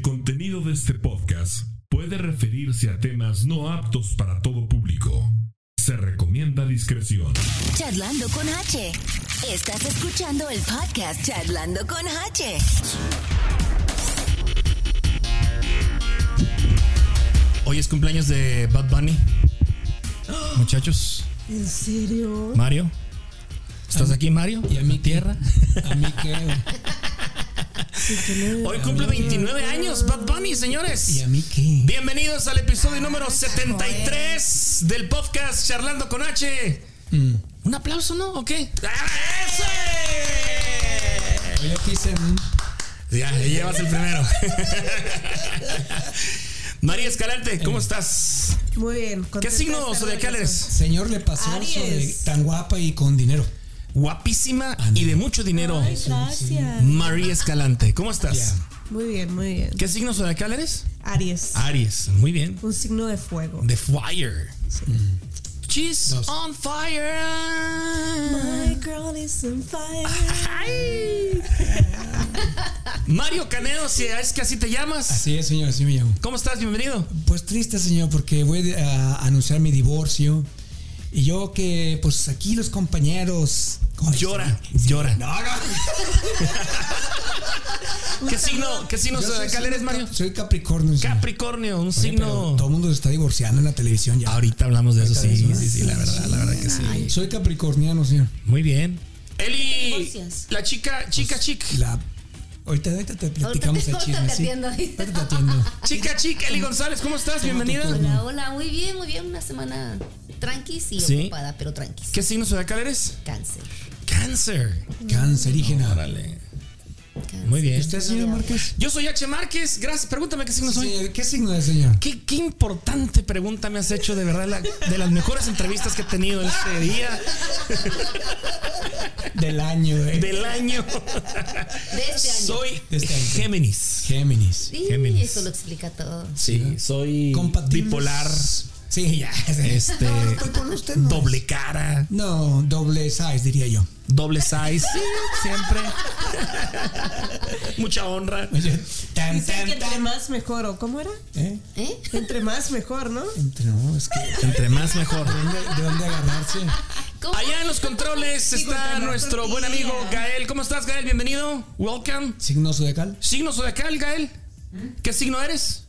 contenido de este podcast puede referirse a temas no aptos para todo público. Se recomienda discreción. Charlando con H. Estás escuchando el podcast Charlando con H. Hoy es cumpleaños de Bad Bunny. Muchachos, ¿En serio? Mario. ¿Estás aquí, Mario? ¿Y a mí tierra? ¿A mí qué? güey? Hoy cumple 29 años Bad Bunny, ¿Y señores. a mí qué? Bienvenidos al episodio número 73 del podcast Charlando con H. Mm. Un aplauso, ¿no? ¿O qué? ¡Ah, ese! Yo quise. mm, Ya, ya llevas el primero. María Escalante, ¿cómo Eh, estás? Muy bien. contenta ¿Qué de signo estar zodiacal de eres? Señor, le pasó Aries. sobre tan guapa y con dinero. Guapísima y de mucho dinero. regreso. Ay, gracias. María Escalante, ¿cómo estás? Ya. Muy bien, muy bien. ¿Qué signo zodiacal eres? Aries. Ah. Aries, muy bien. Un signo de fuego. The Fire. She's Dos. on fire. My girl is on fire. Ay. Mario Canedo, si es que así te llamas. Así es, señor, así me llamo. ¿Cómo estás? Bienvenido. Pues triste, señor, porque voy de- a anunciar mi divorcio. Y yo que, pues aquí los compañeros. Ay, Llora, sí. llora. No, no. ¿Qué signo, qué signo Yo soy zodiacal signo eres, Mario? Cap- Soy Capricornio. señor. Capricornio, un Oye, pero signo. Todo el mundo se está divorciando en la televisión ya. Ahorita hablamos de eso, sí, Ahorita de eso, sí, sí, la verdad, la verdad que sí. Soy capricorniano, señor. Muy bien. Eli, Divorcias. la chica, chica, chic. Pues, La... Ahorita, ahorita te Ahorita platicamos te, el ahorita chisme. te sí. atiendo. Ahorita te atiendo. Chica, chic, Eli González, ¿cómo estás? Bienvenida. Mm. Hola, hola, muy bien, muy bien. Una semana tranqui y Sí. ocupada, pero tranqui. ¿Qué signo zodiacal eres? Cáncer. Cáncer. Cancerígena. Órale. cáncer. Muy bien. ¿Usted, señor Márquez? Yo soy H. Márquez. Gracias. Pregúntame qué signo Sí, soy. señor. ¿Qué signo es, señor? ¿Qué, qué importante pregunta me has hecho, de verdad, la- de las mejores entrevistas que he tenido en este día Del año, eh. del año. De este año. Soy De este año. Géminis. Géminis. Sí, Géminis. eso lo explica todo. Sí, soy Compatibles. bipolar, Sí, ya. este, No, estoy con usted, no. doble cara, No, doble size, diría yo. doble size, siempre. Mucha honra. Oye, Tan, Dicen que tan, entre tan. más mejor, ¿o cómo era? ¿Eh? ¿Eh? Entre más mejor, ¿no? Entre- No, es que. Entre más mejor. ¿De de dónde agarrarse? ¿Cómo? Allá en los controles está más nuestro buen tortilla. amigo Gael. ¿Cómo estás, Gael? Bienvenido. Welcome. ¿Signo zodiacal? ¿Signo zodiacal, Gael? ¿Qué signo eres?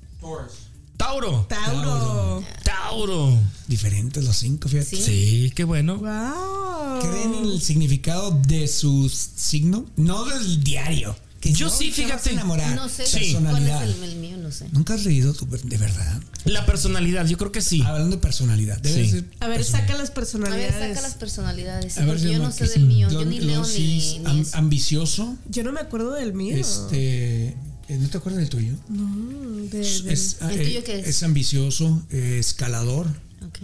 Tauro. Tauro. Tauro. Diferentes los cinco, fíjate. Sí. Sí, qué bueno. Wow. ¿Creen en el significado de su signo? No del diario. Que Yo no, sí, te vas a fíjate. enamorar. No sé Sí. cuál es Personalidad. el, el mío, no sé. Nunca has leído tu. De verdad. La personalidad, yo creo que sí. Hablando de personalidad. Debe Sí. ser A ver, saca las A ver, personalidades. saca las personalidades. A ver, porque yo señor no sé Márquez. del mío. Yo Don- ni leo Lonsis, ni, am- ni eso. ambicioso. Yo no me acuerdo del mío. Este, eh, ¿No te acuerdas del tuyo? No, Mm, de- Es, de- es, ah, ¿El eh, tuyo qué es? es ambicioso, eh, escalador. Ok.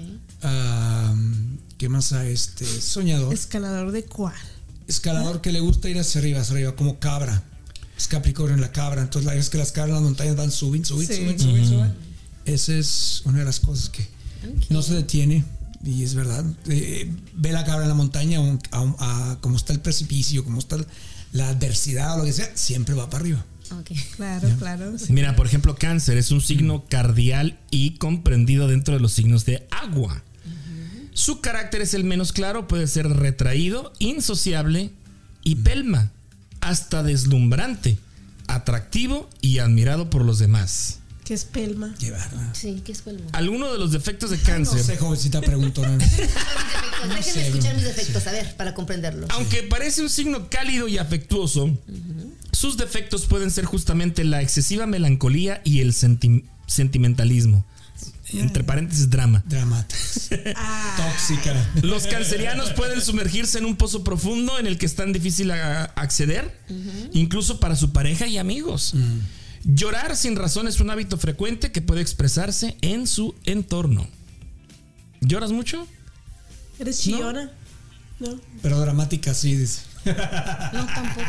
ah, ¿Qué más? ah, Este, soñador. escalador de cuál. escalador que le gusta ir hacia arriba, hacia arriba, como cabra. Es Capricornio en la cabra. Entonces, la vez que las cabras en las montañas van subiendo, subiendo, Sí. subiendo, subiendo. subiendo. Esa es una de las cosas que Ok. no se detiene. Y es verdad. Eh, ve la cabra en la montaña, aun- aun- a- como está el precipicio, como está el- la adversidad o lo que sea, siempre va para arriba. Ok. Claro, claro. sí. Mira, por ejemplo, cáncer es un signo cardial y comprendido dentro de los signos de agua. Su carácter es el menos claro, puede ser retraído, insociable y pelma, hasta deslumbrante, atractivo y admirado por los demás. Que es pelma. Qué bárbaro. Sí, ¿qué es cuál mío? Alguno de los defectos de No sé, cáncer, jovencita preguntona. sé, Déjenme escuchar mis defectos, a ver, para comprenderlo. Ah, aunque parece un signo cálido y afectuoso, sus defectos pueden ser justamente la excesiva melancolía y el senti- sentimentalismo. Entre paréntesis, drama. Dramática. Ah. Tóxica. Los cancerianos pueden sumergirse en un pozo profundo en el que es tan difícil a- acceder, incluso para su pareja y amigos. Llorar sin razón es un hábito frecuente que puede expresarse en su entorno. ¿Lloras mucho? ¿Eres chillona? No. Pero dramática, sí, dice. No, tampoco.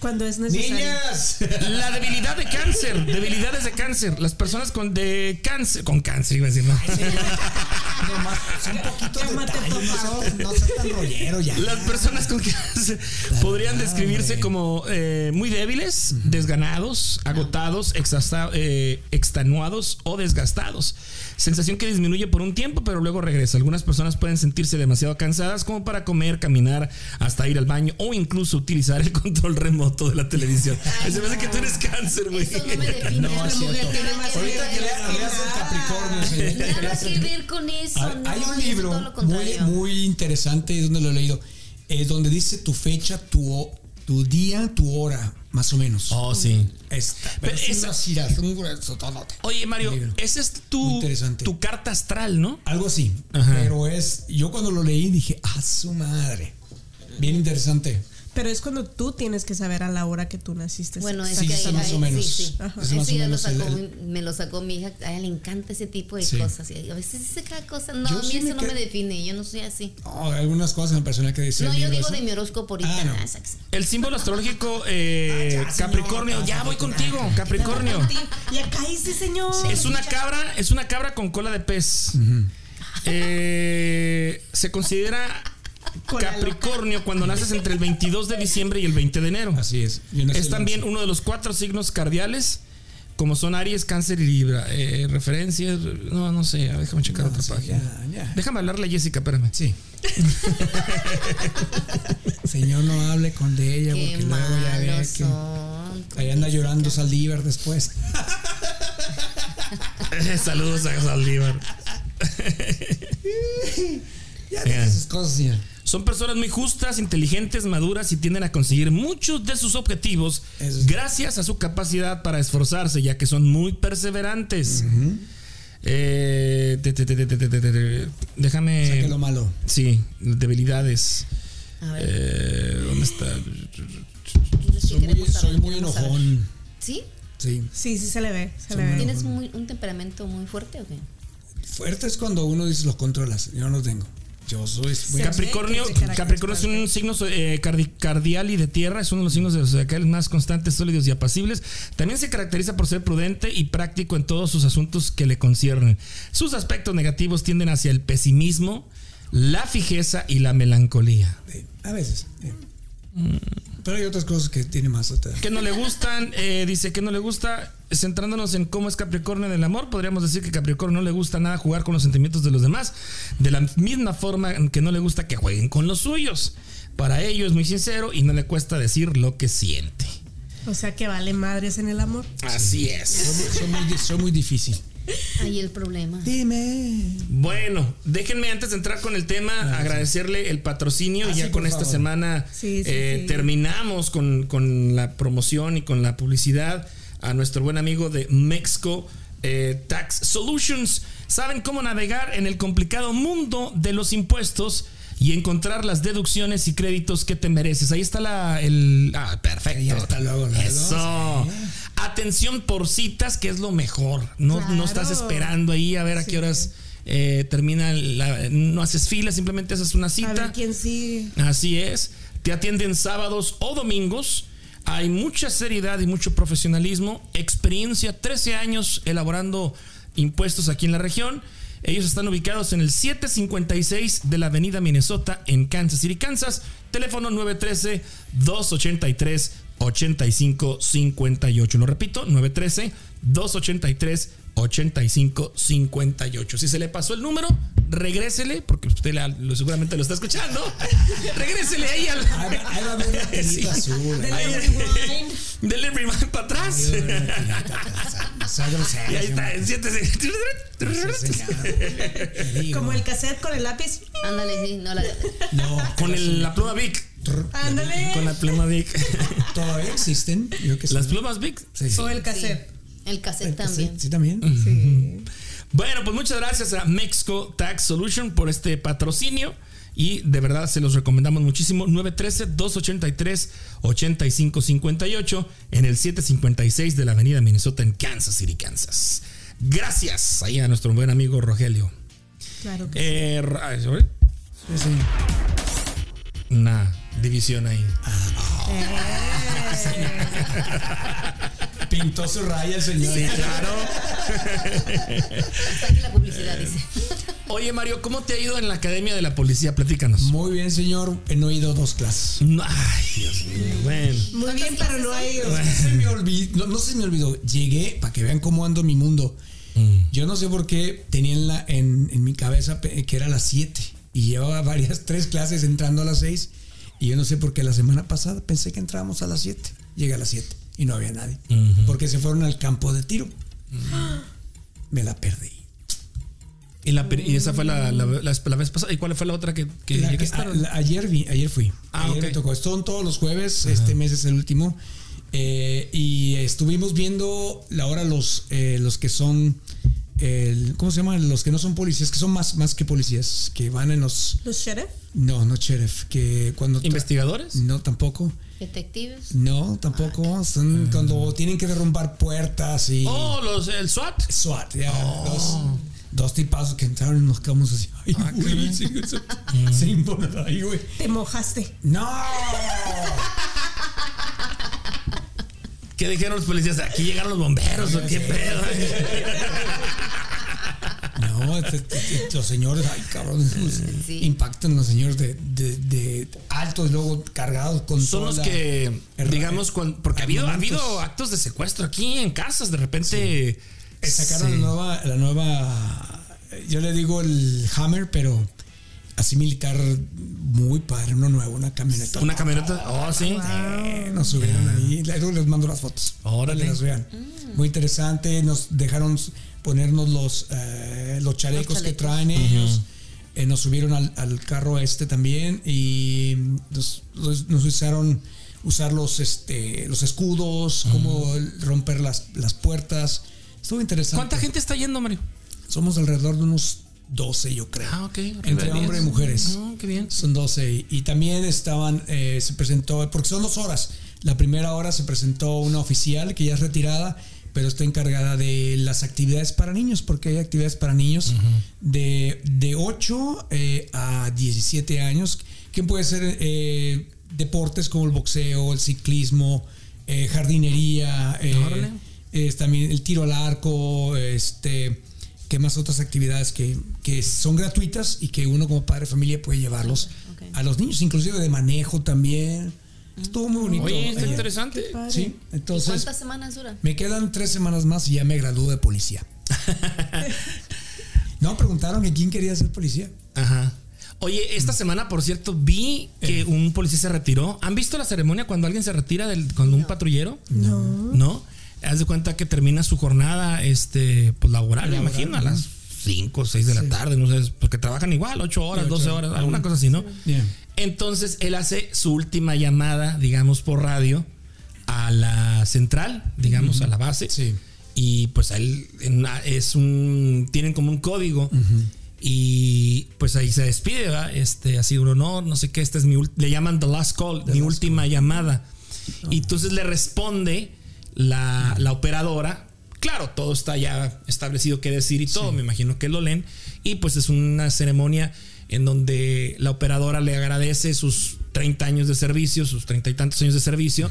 Cuando es Pues, necesario. ¡Niñas! La debilidad de cáncer, debilidades de cáncer. Las personas con de cáncer, con cáncer iba a decir, no. Nomás, son poquitos Cálmate, detalles, por no seas- favor. No seas tan rollero ya. Las personas con cáncer describirse, podrían describirse como eh, muy débiles, desganados, agotados, exhausta- eh, extenuados o desgastados. Sensación que disminuye por un tiempo, pero luego regresa. Algunas personas pueden sentirse demasiado cansadas como para comer, caminar, hasta ir al baño o incluso utilizar el control remoto de la televisión. Ay, Se me hace que tú eres cáncer, güey. Eso no me define. No, Esta es mujer cierto. tiene más Ahorita que le que hagas el Capricornio, señorita, que le Nada hagas que el- ver con eso. Ah, no, Hay es un todo lo libro muy, contrario. muy interesante donde lo he leído, eh, donde dice tu fecha, tu, ho- tu día, tu hora, más o menos. Oh, sí. Esta, pero Pero es esa- una ciudad, un gruesototote. Oye, Mario, Libro. esa es Muy tu, interesante. tu carta astral, ¿no? Algo así. Ajá. Pero es, yo cuando lo leí dije, a su madre. Bien interesante. Pero es cuando tú tienes que saber a la hora que tú naciste. Bueno, es Sí, que esa ahí- más ahí- o menos. Sí, sí. Ajá. Esa Eso más o ya lo menos sacó, el- mi- me lo sacó mi hija. A ella le encanta ese tipo de Sí. cosas. Y a veces dice cada cosa. No, Yo a mí sí eso me no ca- me define. Yo no soy así. Oh, algunas cosas en personal que decía. No, el yo libro digo ese. de mi horóscopo Ah, ahorita. no. nada, sax- El símbolo astrológico eh, Ah, ya, señor. Capricornio, ya voy contigo, Ah, Capricornio. Y acá dice, señor. Es una cabra, es una cabra con cola de pez. Eh, se considera Capricornio cuando naces entre el 22 de diciembre y el 20 de enero. Así es. Yo nací Es el también uno de los cuatro signos cardiales, como son Aries, Cáncer y Libra. Eh, referencias, no, no sé, déjame checar otra sí, página. ya, ya. Déjame hablarle a Jessica, espérame. Sí. Señor, no hable con de ella Qué porque luego ya ve malos que. son. Ahí anda llorando Saldívar después. Saludos a Saldívar. Ya Mira. deja esas cosas, señor. Son personas muy justas, inteligentes, maduras y tienden a conseguir muchos de sus objetivos Eso sí. gracias a su capacidad para esforzarse, ya que son muy perseverantes. Eh, te- te- te- te- te- te- te- te- Déjame. Saque lo malo. Sí, debilidades. A ver, Eh, ¿Dónde está? sí Soy muy, queremos saber, soy muy queremos saber. enojón. ¿Sí? Sí. Sí, sí se le ve. Se Son le ve. ¿Tienes muy- un temperamento muy fuerte o qué? Fuerte es cuando uno dice los controlas. Yo no los tengo. Yo soy muy. Sí. Capricornio, Ve que te Capricornio es un signo eh, cardi- cardial y de tierra, es uno de los signos de los zodiacales más constantes, sólidos y apacibles. También se caracteriza por ser prudente y práctico en todos sus asuntos que le conciernen. Sus aspectos negativos tienden hacia el pesimismo, la fijeza y la melancolía. Sí, A veces. sí. Pero hay otras cosas que tiene más. otra- Que no le gustan, eh, dice que no le gusta. Centrándonos en cómo es Capricornio en el amor, podríamos decir que Capricornio no le gusta nada jugar con los sentimientos de los demás, de la misma forma en que no le gusta que jueguen con los suyos. Para ello es muy sincero y no le cuesta decir lo que siente. O sea que vale madres en el amor. Así es. Soy muy- soy muy, di- soy muy difícil. Ahí el problema. Dime. Bueno, déjenme antes de entrar con el tema agradecerle el patrocinio. Ah, ya sí, con por esta favor. semana Sí, sí, eh, sí. terminamos con, con la promoción y con la publicidad a nuestro buen amigo de Mexco eh, Tax Solutions. Saben cómo navegar en el complicado mundo de los impuestos y encontrar las deducciones y créditos que te mereces. Ahí está la el ah, perfecto. Ya está luego, luego. Eso. Sí. Atención por citas, que es lo mejor. No, no Claro. estás esperando ahí a ver a qué horas eh, termina. la- no haces fila, simplemente haces una A ver cita. quién sigue. Así es. Te atienden sábados o domingos. Hay mucha seriedad y mucho profesionalismo. Experiencia, 13 años elaborando impuestos aquí en la región. Ellos están ubicados en el 756 de la Avenida Minnesota en Kansas City, Kansas. Teléfono 913-283-8558. Lo repito, 913-283-8558. 8558. Si se le pasó el número, regrésele, porque usted la- lo- seguramente lo está escuchando. regrésele ahí al. Ahí va- ahí va a haber una Sí. tirita azul. ahí va a Ahí- haber Delivery man para atrás. una tirita atrás. No sea grosero, Y ahí está, señor. en siete- Sí, señor. Te digo. Como el cassette con el lápiz. Ándale, sí, no la. No, Con el- la pluma Vic. Ándale. Con la pluma Vic. todavía existen. Yo que sí. Las plumas Vic. Sí, sí. O el cassette. El cassette Sí, también. sí, también. Bueno, pues muchas gracias a Mexico Tax Solution por este patrocinio. Y de verdad se los recomendamos muchísimo. 913-283-8558 en el 756 de la Avenida Minnesota en Kansas City, Kansas. Gracias ahí a nuestro buen amigo Rogelio. Claro que Eh, ra- ¿sorry? Sí, sí. Una división ahí. Pintó su raya el señor. Sí, claro. Hasta aquí la publicidad dice. Eh. Oye, Mario, ¿cómo te ha ido en la Academia de la Policía? Platícanos. Muy bien, señor. No he ido dos clases. No, Ay, Dios mío. Bueno. Muy ¿Cuántas bien, pero clases no son? hay. Se me olvidó- no, no se me olvidó. Llegué, para que vean cómo ando en mi mundo. Yo no sé por qué tenía en, la, en, en mi cabeza pe- que era las 7 y llevaba varias, tres clases entrando a las 6. Y yo no sé por qué la semana pasada pensé que entrábamos a las 7. Llegué a las 7 y no había nadie. Porque se fueron al campo de tiro. Me la perdí. Y, la, pri- y esa fue la, la- la- la vez pasada. ¿Y cuál fue la otra que, que Ah, La que- llegaste? a- la- ayer vi, ayer fui. Ah, ayer ok. me tocó. Son todos los jueves, este mes es el último. Eh, y estuvimos viendo la hora los, eh, los que son, el- ¿cómo se llaman? Los que no son policías, que son más, más que policías, que van en los... ¿Los sheriff? No, no, sheriff, que cuando... ¿Investigadores? No, tampoco. Detectives. No, tampoco. Son cuando tienen que derrumbar puertas y... Oh, los, el SWAT. SWAT, ya. Dos, dos tipazos que entraron y nos quedamos así. Ay, güey, se, se, se imponó ahí, güey. Te mojaste. ¡No! ¿Qué dijeron los policías? Aquí llegaron los bomberos. ¿o ¿Qué pedo? eh? No, este- este- este- los señores, ay cabrón, Sí. impactan los señores de, de, de altos, luego cargados con Son los toda la que, herra- digamos, eh, cuan- porque ha habido, ha armamentos. habido actos de secuestro aquí en casas. De repente. Eh, Sí. Sacaron la nueva, la nueva, yo le digo el Hammer, pero así militar muy padre, uno nuevo, una camioneta. Una camioneta. Oh, sí. Eh, nos subieron ahí. Luego les mando las fotos. Órale. Que las vean. Muy interesante. Nos dejaron s- ponernos los, eh, los, chalecos que traen ellos. Eh, nos subieron al, al carro este también. Y nos, nos- nos usaron usar los, este, los escudos, cómo romper las, las puertas. Estuvo interesante. ¿Cuánta gente está yendo, Mario? Somos alrededor de unos 12, yo creo. Ah, ok. Entre hombres y mujeres. Oh, qué bien. Son 12. y- Y también estaban, eh, se presentó, porque son dos horas. La primera hora se presentó una oficial que ya es retirada, pero está encargada de las actividades para niños, porque hay actividades para niños de, de 8 eh, a 17 años, que puede ser eh, deportes como el boxeo, el ciclismo, eh, jardinería, eh, Órale. es también el tiro al arco, este, que más otras actividades que, que son gratuitas y que uno como padre de familia puede llevarlos Ok. Mm. a los niños, inclusive de manejo también. Estuvo muy bonito. Oye, está ayer. interesante. Sí, entonces ¿Cuántas semanas dura? me quedan tres semanas más y ya me gradúo de policía. no, preguntaron que quién quería ser policía. Ajá. Oye, esta semana, por cierto, vi que un policía se retiró. ¿Han visto la ceremonia cuando alguien se retira del, cuando un patrullero? No. ¿No? Haz de cuenta que termina su jornada este, pues, laboral, me imagino, a las 5 o 6 de la tarde, no sé, porque trabajan igual, 8 horas, ocho 12 horas. horas, alguna cosa así, ¿no? Yeah. Entonces él hace su última llamada, digamos, por radio a la central, digamos, a la base. Sí. Y pues él en una- es un. Tienen como un código. Y pues ahí se despide, ¿verdad? Este, ha sido un honor, no sé qué. Este es mi. ul- Le llaman The Last Call, mi última llamada. Y entonces le responde la, la operadora. Claro, todo está ya establecido qué decir y todo. Me imagino que lo leen. Y pues es una ceremonia en donde la operadora le agradece sus 30 años de servicio, sus treinta y tantos años de servicio.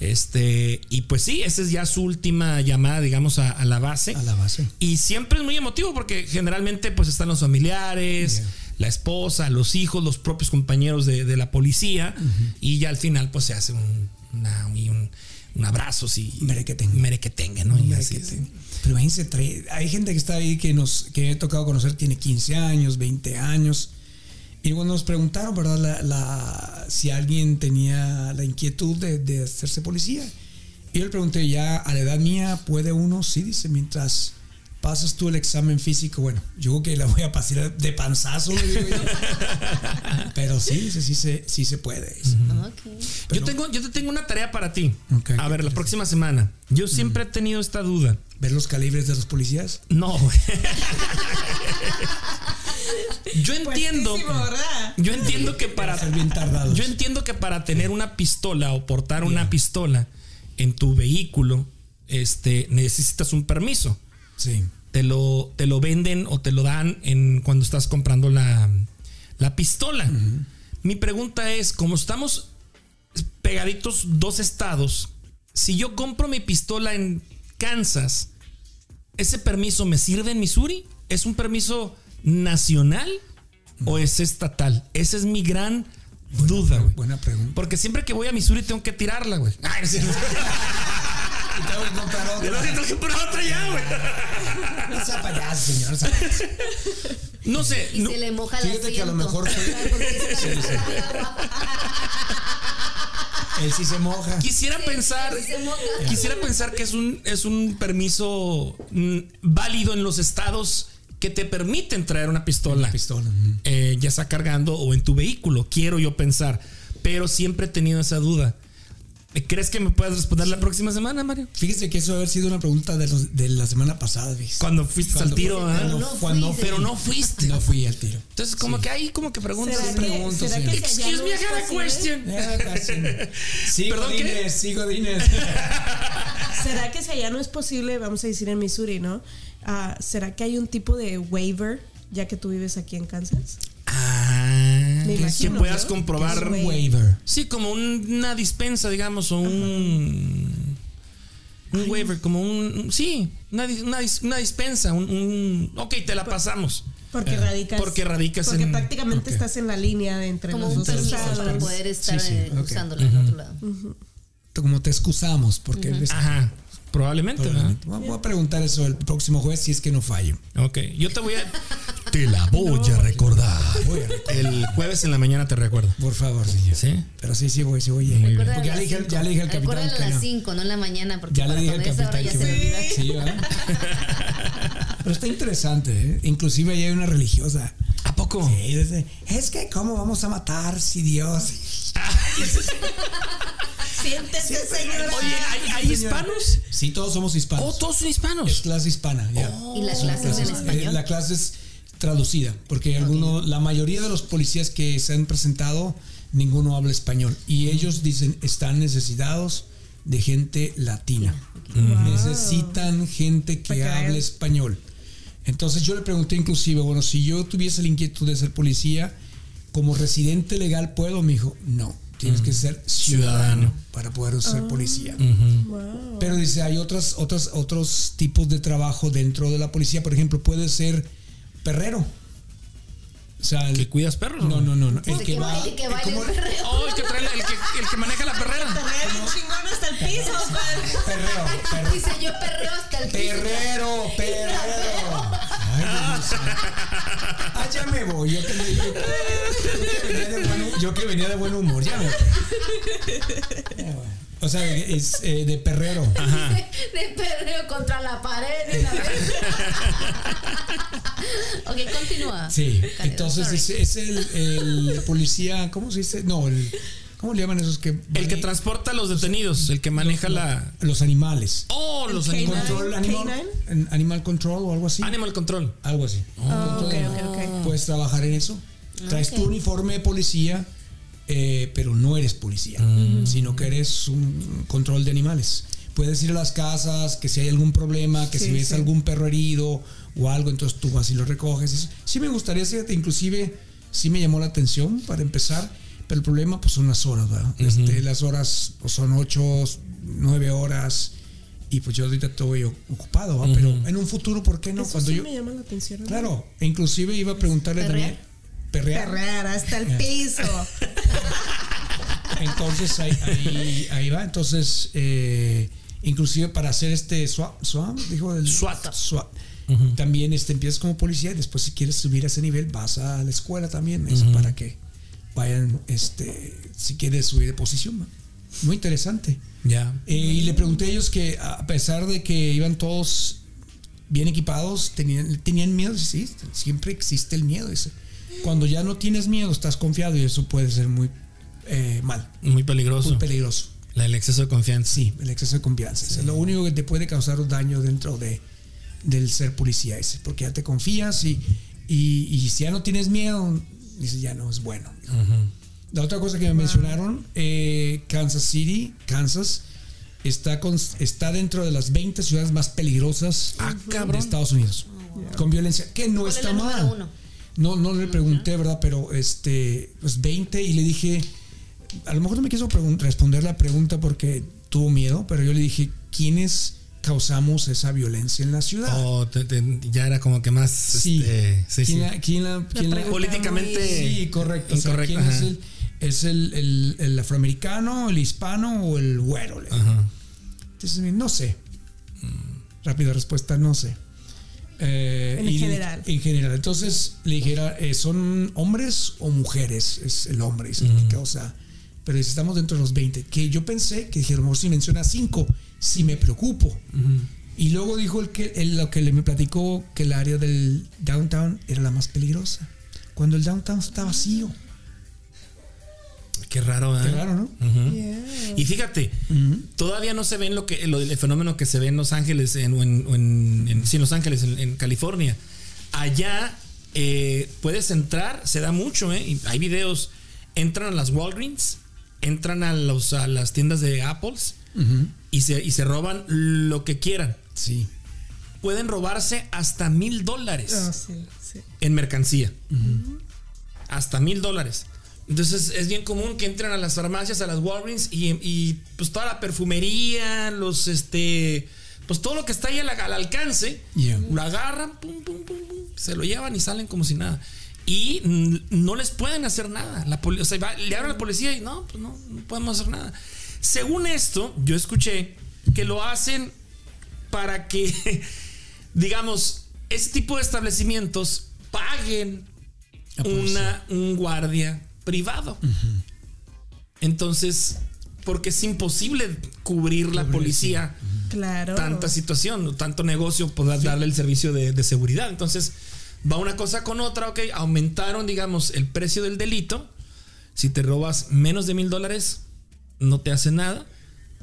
Este, y pues sí, esa es ya su última llamada, digamos, a, a la base. A la base. Y siempre es muy emotivo porque generalmente pues están los familiares, Yeah. la esposa, los hijos, los propios compañeros de, de la policía y ya al final pues se hace un, una- y un, un abrazo, sí. Merequetengue. Merequetengue, ¿no? Y así es. Pero imagínense, trae- hay gente que está ahí que nos que he tocado conocer, tiene 15 años, 20 años. Y bueno, nos preguntaron, ¿verdad? La, la- si alguien tenía la inquietud de, de hacerse policía. Y yo le pregunté, ya a la edad mía, ¿puede uno? Sí, dice, mientras pasas tú el examen físico, bueno, yo creo que la voy a pasar de panzazo, le digo yo. Pero sí, dice, sí, se, sí se puede. dice. Ok. Yo, tengo, yo te tengo una tarea para ti. Ok. a ver, la próxima semana. Yo siempre he tenido esta duda. ¿Ver los calibres de los policías? No, güey. Yo entiendo. Puestísimo, ¿verdad? Yo entiendo que para. Ser bien tardados. Yo entiendo que para tener una pistola o portar una pistola en tu vehículo, este, necesitas un permiso. Sí. Te lo, te lo venden o te lo dan en cuando estás comprando la, la pistola. Mi pregunta es: como estamos pegaditos dos estados, si yo compro mi pistola en Kansas, ¿ese permiso me sirve en Missouri? ¿Es un permiso nacional o es estatal? Esa es mi gran duda, güey. Buena pregunta. Porque siempre que voy a Missouri tengo que tirarla, güey. Ay, no es cierto. Y tengo que comprar Yo otra. no siento que por otra ya, güey. No sea payaso, señor. no sea payaso. No sé. Y no- se le moja la Fíjate que a lo mejor fue- Él sí se moja. Quisiera pensar. Quisiera pensar que es un, es un permiso mm, válido en los estados que te permiten traer una pistola. Pistola. eh, ya sea cargando o en tu vehículo, quiero yo pensar. Pero siempre he tenido esa duda. ¿Crees que me puedas responder la próxima semana, Mario? Fíjese que eso haber sido una pregunta de, los- de la semana pasada, ¿ves? Cuando fuiste Cuando al tiro, fue- ¿ah? cuando- no cuando- fui, pero no fuiste. No fui al tiro. Entonces, como que ahí, como que preguntas. ¿Será que, pregunto, será que señor. si allá Excuse no me, I es got a posible? question. Ya, casi. Ah, Sigo ¿Perdón, qué? Dines, sigo Dines. ¿Será que si allá no es posible, vamos a decir en Missouri, ¿no? Ah, ¿Será que hay un tipo de waiver ya que tú vives aquí en Kansas? Ah, que Me imagino, puedas ¿no? Es comprobar. un waiver. Sí, como un- una dispensa, digamos, o un. Un waiver, como un. Sí, una, dis- una dis- una dispensa, un, un- Ok, te Pues, la pasamos. Porque Eh, radicas. porque radicas Porque en- prácticamente ok. estás en la línea de entre Como los un dos permiso estados. para poder estar Sí, sí, eh, ok. usándola en otro lado. Como te excusamos, porque ves- Ajá, probablemente, Ah, ¿verdad? pues, Probablemente. Voy a- voy a preguntar eso el próximo jueves si es que no fallo. Ok, yo te voy a. Te la voy a recordar. El jueves en la mañana te recuerdo. Por favor, señor. ¿Sí? Pero sí, sí voy, sí voy. bien. Recuerda Porque a ya las le, dije, al- cinco. ya le dije al capitán Recuérdalo que a las no. 5, no en la mañana, porque Ya le para dije al cuando esa hora capitán ya que se voy. olvida. Sí, ¿verdad? Pero está interesante, ¿eh? Inclusive ahí hay una religiosa. ¿A poco? Y dice, es que cómo vamos a matar si Dios... Siéntese, señora. Oye, Ah, ¿hay, hay hispanos? Sí, todos somos hispanos. Oh, todos Oh. son Es hispanos. clase hispana, ya. ¿Y la clase es en Entonces, eh, español? La clase es traducida, porque alguno, la mayoría de los policías que se han presentado, ninguno habla español. Y ellos dicen, están necesitados de gente latina. Necesitan gente que Para que hable vayan. español. Entonces yo le pregunté inclusive, bueno, si yo tuviese la inquietud de ser policía, como residente legal puedo, me dijo, no, tienes que ser ciudadano, Ciudadano. para poder ser policía. Pero dice, hay otras, otras, otros tipos de trabajo dentro de la policía. Por ejemplo, puede ser perrero. O sea, el- ¿Que cuidas perros? no, no, no, no. Porque baile, que baile ¿cómo? el perreo. Oh, el que, trae la- el que, el que maneja la perrera. Bien chingón hasta el piso, güey. Perrero, perrero. Dice yo perreo hasta el piso. Perrero, perrero. Ay, Dios mío. Ah, ya me voy. Yo que, yo- yo que venía de buen, yo que venía de buen humor, ya me voy. Ya me voy. O sea, es eh, de perrero. De perreo contra la pared. y la vez. ok, continúa. Sí, Canedo, entonces sorry. es, es el, el policía, ¿cómo se dice? No, el, ¿cómo le llaman esos que... El que transporta a los detenidos, el que maneja la. Los animales. Oh, los El animales. Control animal, canine? animal control o algo así. Animal control. Algo así. Control Ah, ok, animal. ok, Ah, Puedes trabajar en eso. Traes tu uniforme de policía, eh, pero no eres policía, Mm. sino que eres un control de animales. Puedes ir a las casas, que si hay algún problema, que si Sí, ves sí. algún perro herido o algo, entonces tú vas y lo recoges. Eso- Sí me gustaría, fíjate, inclusive sí me llamó la atención para empezar, pero el problema pues son las horas, ¿verdad? Este, las horas pues, son ocho, nueve horas y pues yo ahorita estoy ocupado, ¿verdad? Pero en un futuro, ¿por qué no? Eso Cuando sí yo... me llama la atención. ¿no? Claro, e inclusive iba a preguntarle ¿Perrear? también. Perrear. Perrear hasta el piso. Entonces ahí, ahí, ahí va. Entonces, eh, inclusive para hacer este swap, swap dijo el SWAT. swap. También este, empiezas como policía y después si quieres subir a ese nivel vas a la escuela también eso para que vayan, este, si quieres subir de posición. ¿no? Muy interesante. Ya. Eh, y le pregunté a ellos que a pesar de que iban todos bien equipados, tenían, tenían miedo. Dice, Sí, siempre existe el miedo. Dice. Cuando ya no tienes miedo, estás confiado y eso puede ser muy eh, mal, Muy peligroso. muy peligroso. La- el exceso de confianza. Sí, el exceso de confianza. Eso es lo único que te puede causar un daño dentro de, del ser policía ese, porque ya te confías y, y, y si ya no tienes miedo, dice ya no es bueno. La otra cosa que me mencionaron, eh, Kansas City, Kansas, está, con- está dentro de las 20 ciudades más peligrosas Ah, de Estados Unidos. Con violencia, que no ¿Cuál es está Oh, la número mal. uno? No, no le pregunté, ¿verdad? Pero este, pues 20 y le dije, a lo mejor no me quiso pregun- responder la pregunta porque tuvo miedo, pero yo le dije, ¿quiénes causamos esa violencia en la ciudad? O te- te- ya era como que más. Ah. Sí. Oh, este, sí, sí. ¿Quién la- quién la- quién la- pregunta Políticamente. Sí, correcto. O sea, incorrecto, ¿quién es ajá. el, es el, el- el afroamericano, el hispano o el güero? Le dije. Ajá. Entonces, no sé. Rápida respuesta, no sé. Eh, En y- general. En general. Entonces le dijera, eh, ¿son hombres o mujeres? Es el hombre, es el que causa. Pero dice, estamos dentro de los 20. Que yo pensé que dije, a lo mejor si menciona 5, si me preocupo. Y luego dijo el que, el- lo que le me platicó que el área del downtown era la más peligrosa. Cuando el downtown está vacío. Qué raro, ¿eh? Qué raro, ¿no? Ujú. Y fíjate, todavía no se ven lo que lo- el fenómeno que se ve en Los Ángeles, en, o en, o en- en- sí, en Los Ángeles, en, en California. Allá eh, puedes entrar, se da mucho, ¿eh? Y hay videos. Entran a las Walgreens, entran a, los, a las tiendas de Apples y, se, y se roban lo que quieran. Sí. Pueden robarse hasta mil dólares No, Oh, sí, sí. en mercancía. Hasta mil dólares. Entonces es bien común que entren a las farmacias, a las Walgreens y, y, pues toda la perfumería, los este, pues todo lo que está ahí al, al alcance, Yeah. lo agarran, pum, pum, pum, pum, se lo llevan y salen como si nada. Y mm, no les pueden hacer nada. La poli- o sea, va- le hablan a la policía y no, pues no, no podemos hacer nada. Según esto, yo escuché que lo hacen para que, digamos, este tipo de establecimientos paguen La una, un guardia privado. Entonces, porque es imposible cubrir la policía Claro. tanta situación, tanto negocio, podrás darle el servicio de, de seguridad. Entonces, va una cosa con otra, ok, aumentaron, digamos, el precio del delito. Si te robas menos de mil dólares, no te hace nada.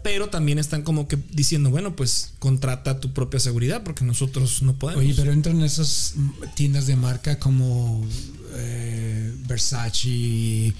Pero también están como que diciendo, bueno, pues contrata tu propia seguridad porque nosotros Ah, no podemos. Oye, pero entran esas mm, tiendas de marca como eh, Versace.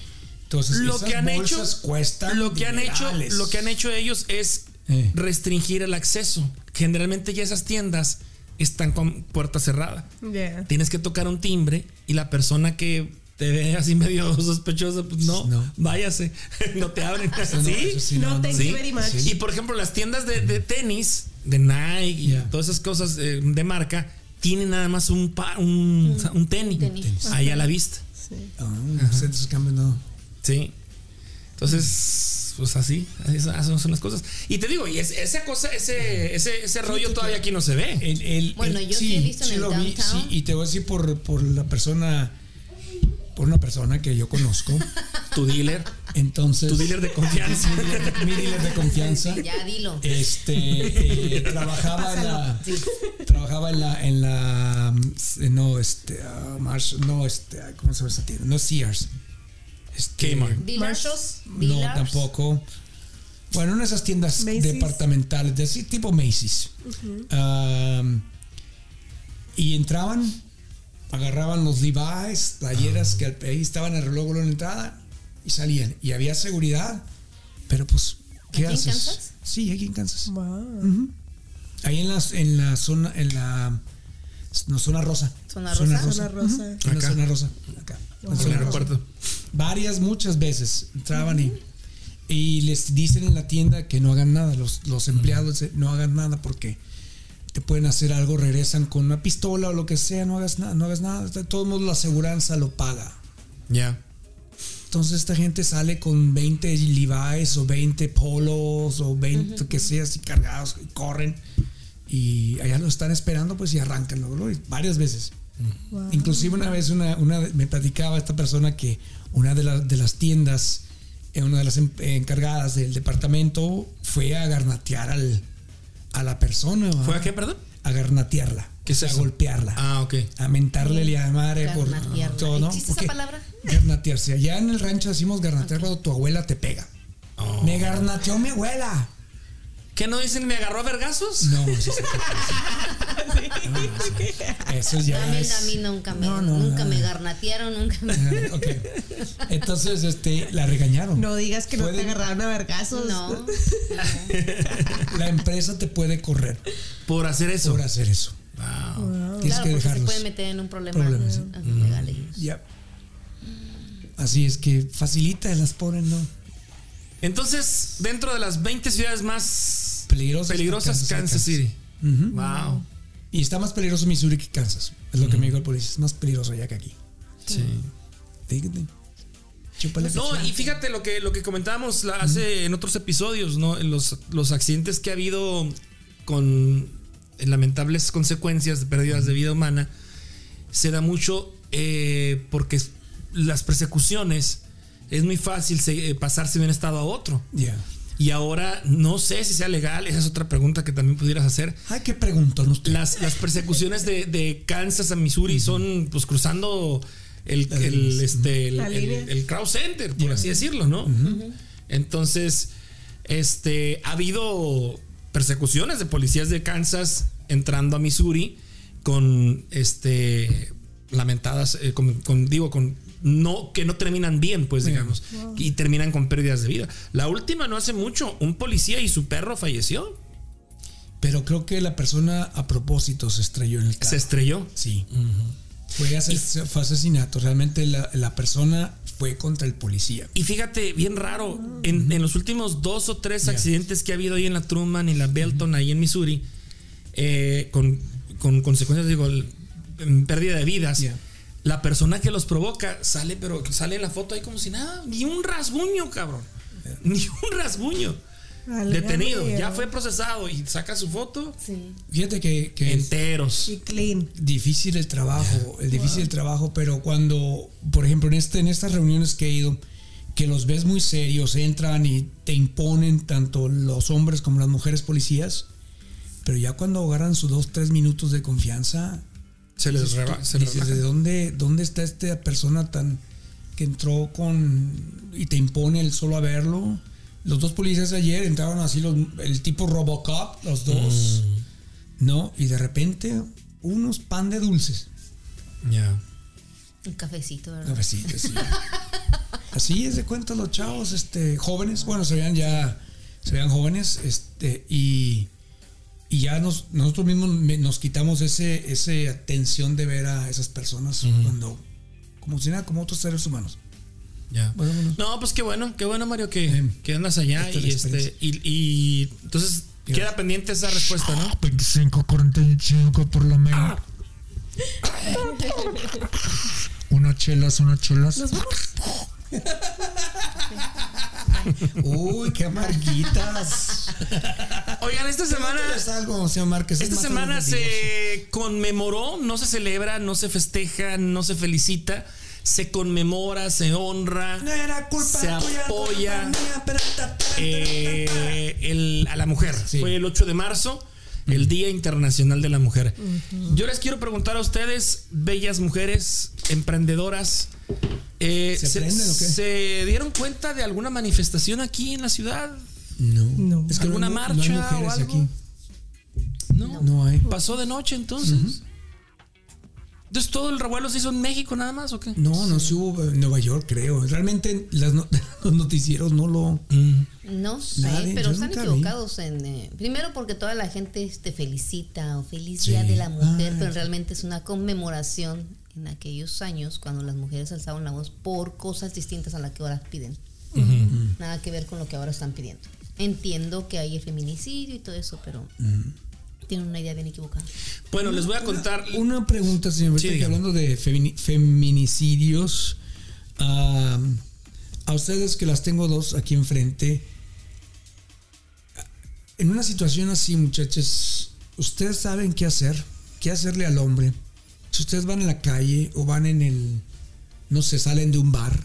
Entonces, lo pues, esas que han hecho bolsas cuestan lo que han hecho dinerales. lo que han hecho ellos es Eh. restringir el acceso generalmente ya esas tiendas están con puerta cerrada Yeah. tienes que tocar un timbre y la persona que te ve así medio sospechosa pues no, No. váyase no te abren No, ¿Sí? eso sí, No, no, no. thank Sí. you very much. Sí. Y por ejemplo, las tiendas de, de tenis, de Nike y Yeah. todas esas cosas eh, de marca, tienen nada más un, pa- un, un tenis, Tenis. ahí a la vista. Sí. Ah, no sé, esos cambios no. Sí. Entonces, pues así, así son, así son las cosas. Y te digo, y es- esa cosa, ese, ese, ese rollo todavía aquí no se ve. El- el- Bueno, el- yo sí he visto en el lo vi, downtown. sí, y te voy a decir por, por la persona, por una persona que yo conozco. Tu dealer, Entonces, tu dealer de confianza. mi dealer- mi dealer de confianza. Ya dilo. Este eh, trabajaba en la trabajaba en la en la mm, no este ah, Marsh- no este ah, cómo se llama esa tienda no Sears este, Kmart. Dealers. no Dealers. tampoco bueno una de esas tiendas Macy's. departamentales de ese tipo Macy's Am, y entraban agarraban los Levi's playeras que al- ahí estaban el reloj en la entrada y salían y había seguridad pero pues ¿qué ¿Aquí en haces? Kansas? sí aquí en Kansas Wow. Ahí en la, en la zona, en la no, zona rosa. Zona rosa. Zona rosa. Ujú, en la Acá. zona rosa. Acá. En la En el zona rosa. aeropuerto. Varias, muchas veces entraban y, y les dicen en la tienda que no hagan nada. Los, los empleados eh, no hagan nada porque te pueden hacer algo, regresan con una pistola o lo que sea, no hagas nada, no hagas nada. De todos modos la aseguranza lo paga. Ya. Entonces esta gente sale con 20 Levi's o 20 polos o 20 que sea así cargados y corren y allá lo están esperando pues y arrancan luego, luego, y varias veces. Inclusive una vez una, una de- me platicaba esta persona que una de, la- de las tiendas, eh, una de las em- eh, encargadas del departamento fue a garnatear al, a la persona. ¿va? ¿Fue a qué, perdón? A garnatearla. ¿Qué es a eso? golpearla Ah, ok. a mentarle la madre por Garnatearla. todo, ¿no? ¿Existe esa Porque palabra? Garnatearse. Allá en el rancho decimos garnatear cuando tu abuela te pega. Oh. Me garnateó mi abuela. ¿Qué no dicen? ¿Me agarró a vergazos? No, eso es Ah, No, no, eso- Eso ya A mí, es- a mí nunca me, No, no, nunca no. me garnatearon, nunca me. Ah, ok. Entonces, este, la regañaron. No digas que no te Pueden- agarraron a vergazos. No. La empresa te puede correr Por hacer eso. por hacer eso. Wow. Tienes Oh. Claro, que porque se dejarlos. puede meter en un problema Problemas, sí. Mm. ah, legal. ahí. Ya. Así es que facilita las ponen, ¿no? Entonces, dentro de las 20 ciudades más Peligrosas, peligrosas, está Kansas, Kansas City. Ujú. Wow. Y está más peligroso Missouri que Kansas. Es lo que me dijo el policía. Es más peligroso allá que aquí. Sí. Dígate. Chúpale No, cachete. y fíjate lo que, lo que comentábamos la- hace en otros episodios, ¿no? En Los, los accidentes que ha habido con lamentables consecuencias de pérdidas de vida humana se da mucho eh, porque las persecuciones es muy fácil se- eh, pasarse de un estado a otro. Ya. Y ahora no sé si sea legal, esa es otra pregunta que también pudieras hacer. Ay, qué preguntón usted. Las, las persecuciones de, de Kansas a Missouri son pues cruzando el, Las el, líneas. este, el, La el- línea. el crowd center, por así decirlo, ¿no? Entonces, este, ha habido persecuciones de policías de Kansas entrando a Missouri con, este, lamentadas, eh, con, con- digo, con, no, que no terminan bien, pues, digamos, y terminan con pérdidas de vida. La última no hace mucho, un policía y su perro falleció, Pero creo que la persona a propósito se estrelló en el carro. se estrelló. Sí. Fue, ases- fue asesinato. Realmente la, la persona fue contra el policía. Y fíjate, bien raro, Ah. en, en los últimos dos o tres accidentes que ha habido ahí en la Truman y la Belton, ahí en Missouri, eh, con, con consecuencias, digo, el- en pérdida de vidas, Ya. la persona que los provoca sale, pero sale en la foto ahí como si nada, ni un rasguño, cabrón, ni un rasguño. Válgame Detenido, ya Dios. fue procesado y saca su foto Sí. Fíjate que, que es enteros. Y clean. difícil el trabajo, el difícil el trabajo, pero cuando, por ejemplo, en, este, en estas reuniones que he ido, que los ves muy serios, entran y te imponen tanto los hombres como las mujeres policías, pero ya cuando agarran sus dos, tres minutos de confianza, Se les reba, se les dices, ¿de baja. dónde, dónde está esta persona tan que entró con y te impone el solo a verlo? Los dos policías ayer entraron así, los- el tipo Robocop, los dos, ¿no? Y de repente, unos pan de dulces. Ya. Un cafecito, A ¿verdad? ver, pues sí, sí. Así es de cuenta los chavos, este, jóvenes, bueno, se vean ya, se vean jóvenes, este, y, y ya nos, nosotros mismos me- nos quitamos ese, ese atención de ver a esas personas cuando, como si nada, como otros seres humanos. Ya. Vámonos. No, pues qué bueno, qué bueno, Mario, que, Eh, que andas allá esta es y la este. Y, y entonces queda pendiente esa respuesta, ¿no? 25, 45 por lo menos. Ah. Una chelas, una chelas. Nos vamos. Uy, qué amarguitas. Ah, Oigan, esta semana. Pregúntales algo, señor Márquez. es Esta más semana adelante, se conmemoró, no se celebra, no se festeja, no se felicita, se conmemora, se honra. digo. No era culpa se tuya, culpa apoya. mía, pero ta, ta, ta, eh, el- a la mujer. Sí. Fue el 8 de marzo, el Día Internacional de la Mujer. Yo les quiero preguntar a ustedes, bellas mujeres, emprendedoras, eh, ¿Se ¿se, prenden o qué? se dieron cuenta de alguna manifestación aquí en la ciudad? No. No. Es que ¿Alguna no, marcha no hay mujeres o algo? aquí. No. No hay. ¿Pasó de noche entonces? Entonces todo el revuelo se hizo en México nada más o qué? No, no se hubo en Nueva York, creo. Realmente las no- los noticieros no lo. Mm. No sé, Nadie, yo pero están nunca vi. equivocados en... eh, primero porque toda la gente te felicita o feliz día Sí. de la mujer, Ah. pero realmente es una conmemoración en aquellos años cuando las mujeres alzaban la voz por cosas distintas a las que ahora piden. Nada que ver con lo que ahora están pidiendo. Entiendo que hay el feminicidio y todo eso, pero Mm. tienen una idea bien equivocada. Bueno, les voy a contar. Una pregunta, señor. ahorita Sí, que dígame. hablando de femini- feminicidios, ah, a ustedes que las tengo dos aquí enfrente, en una situación así, muchachos, ustedes saben qué hacer, qué hacerle al hombre. Si ustedes van en la calle o van en el, no sé, salen de un bar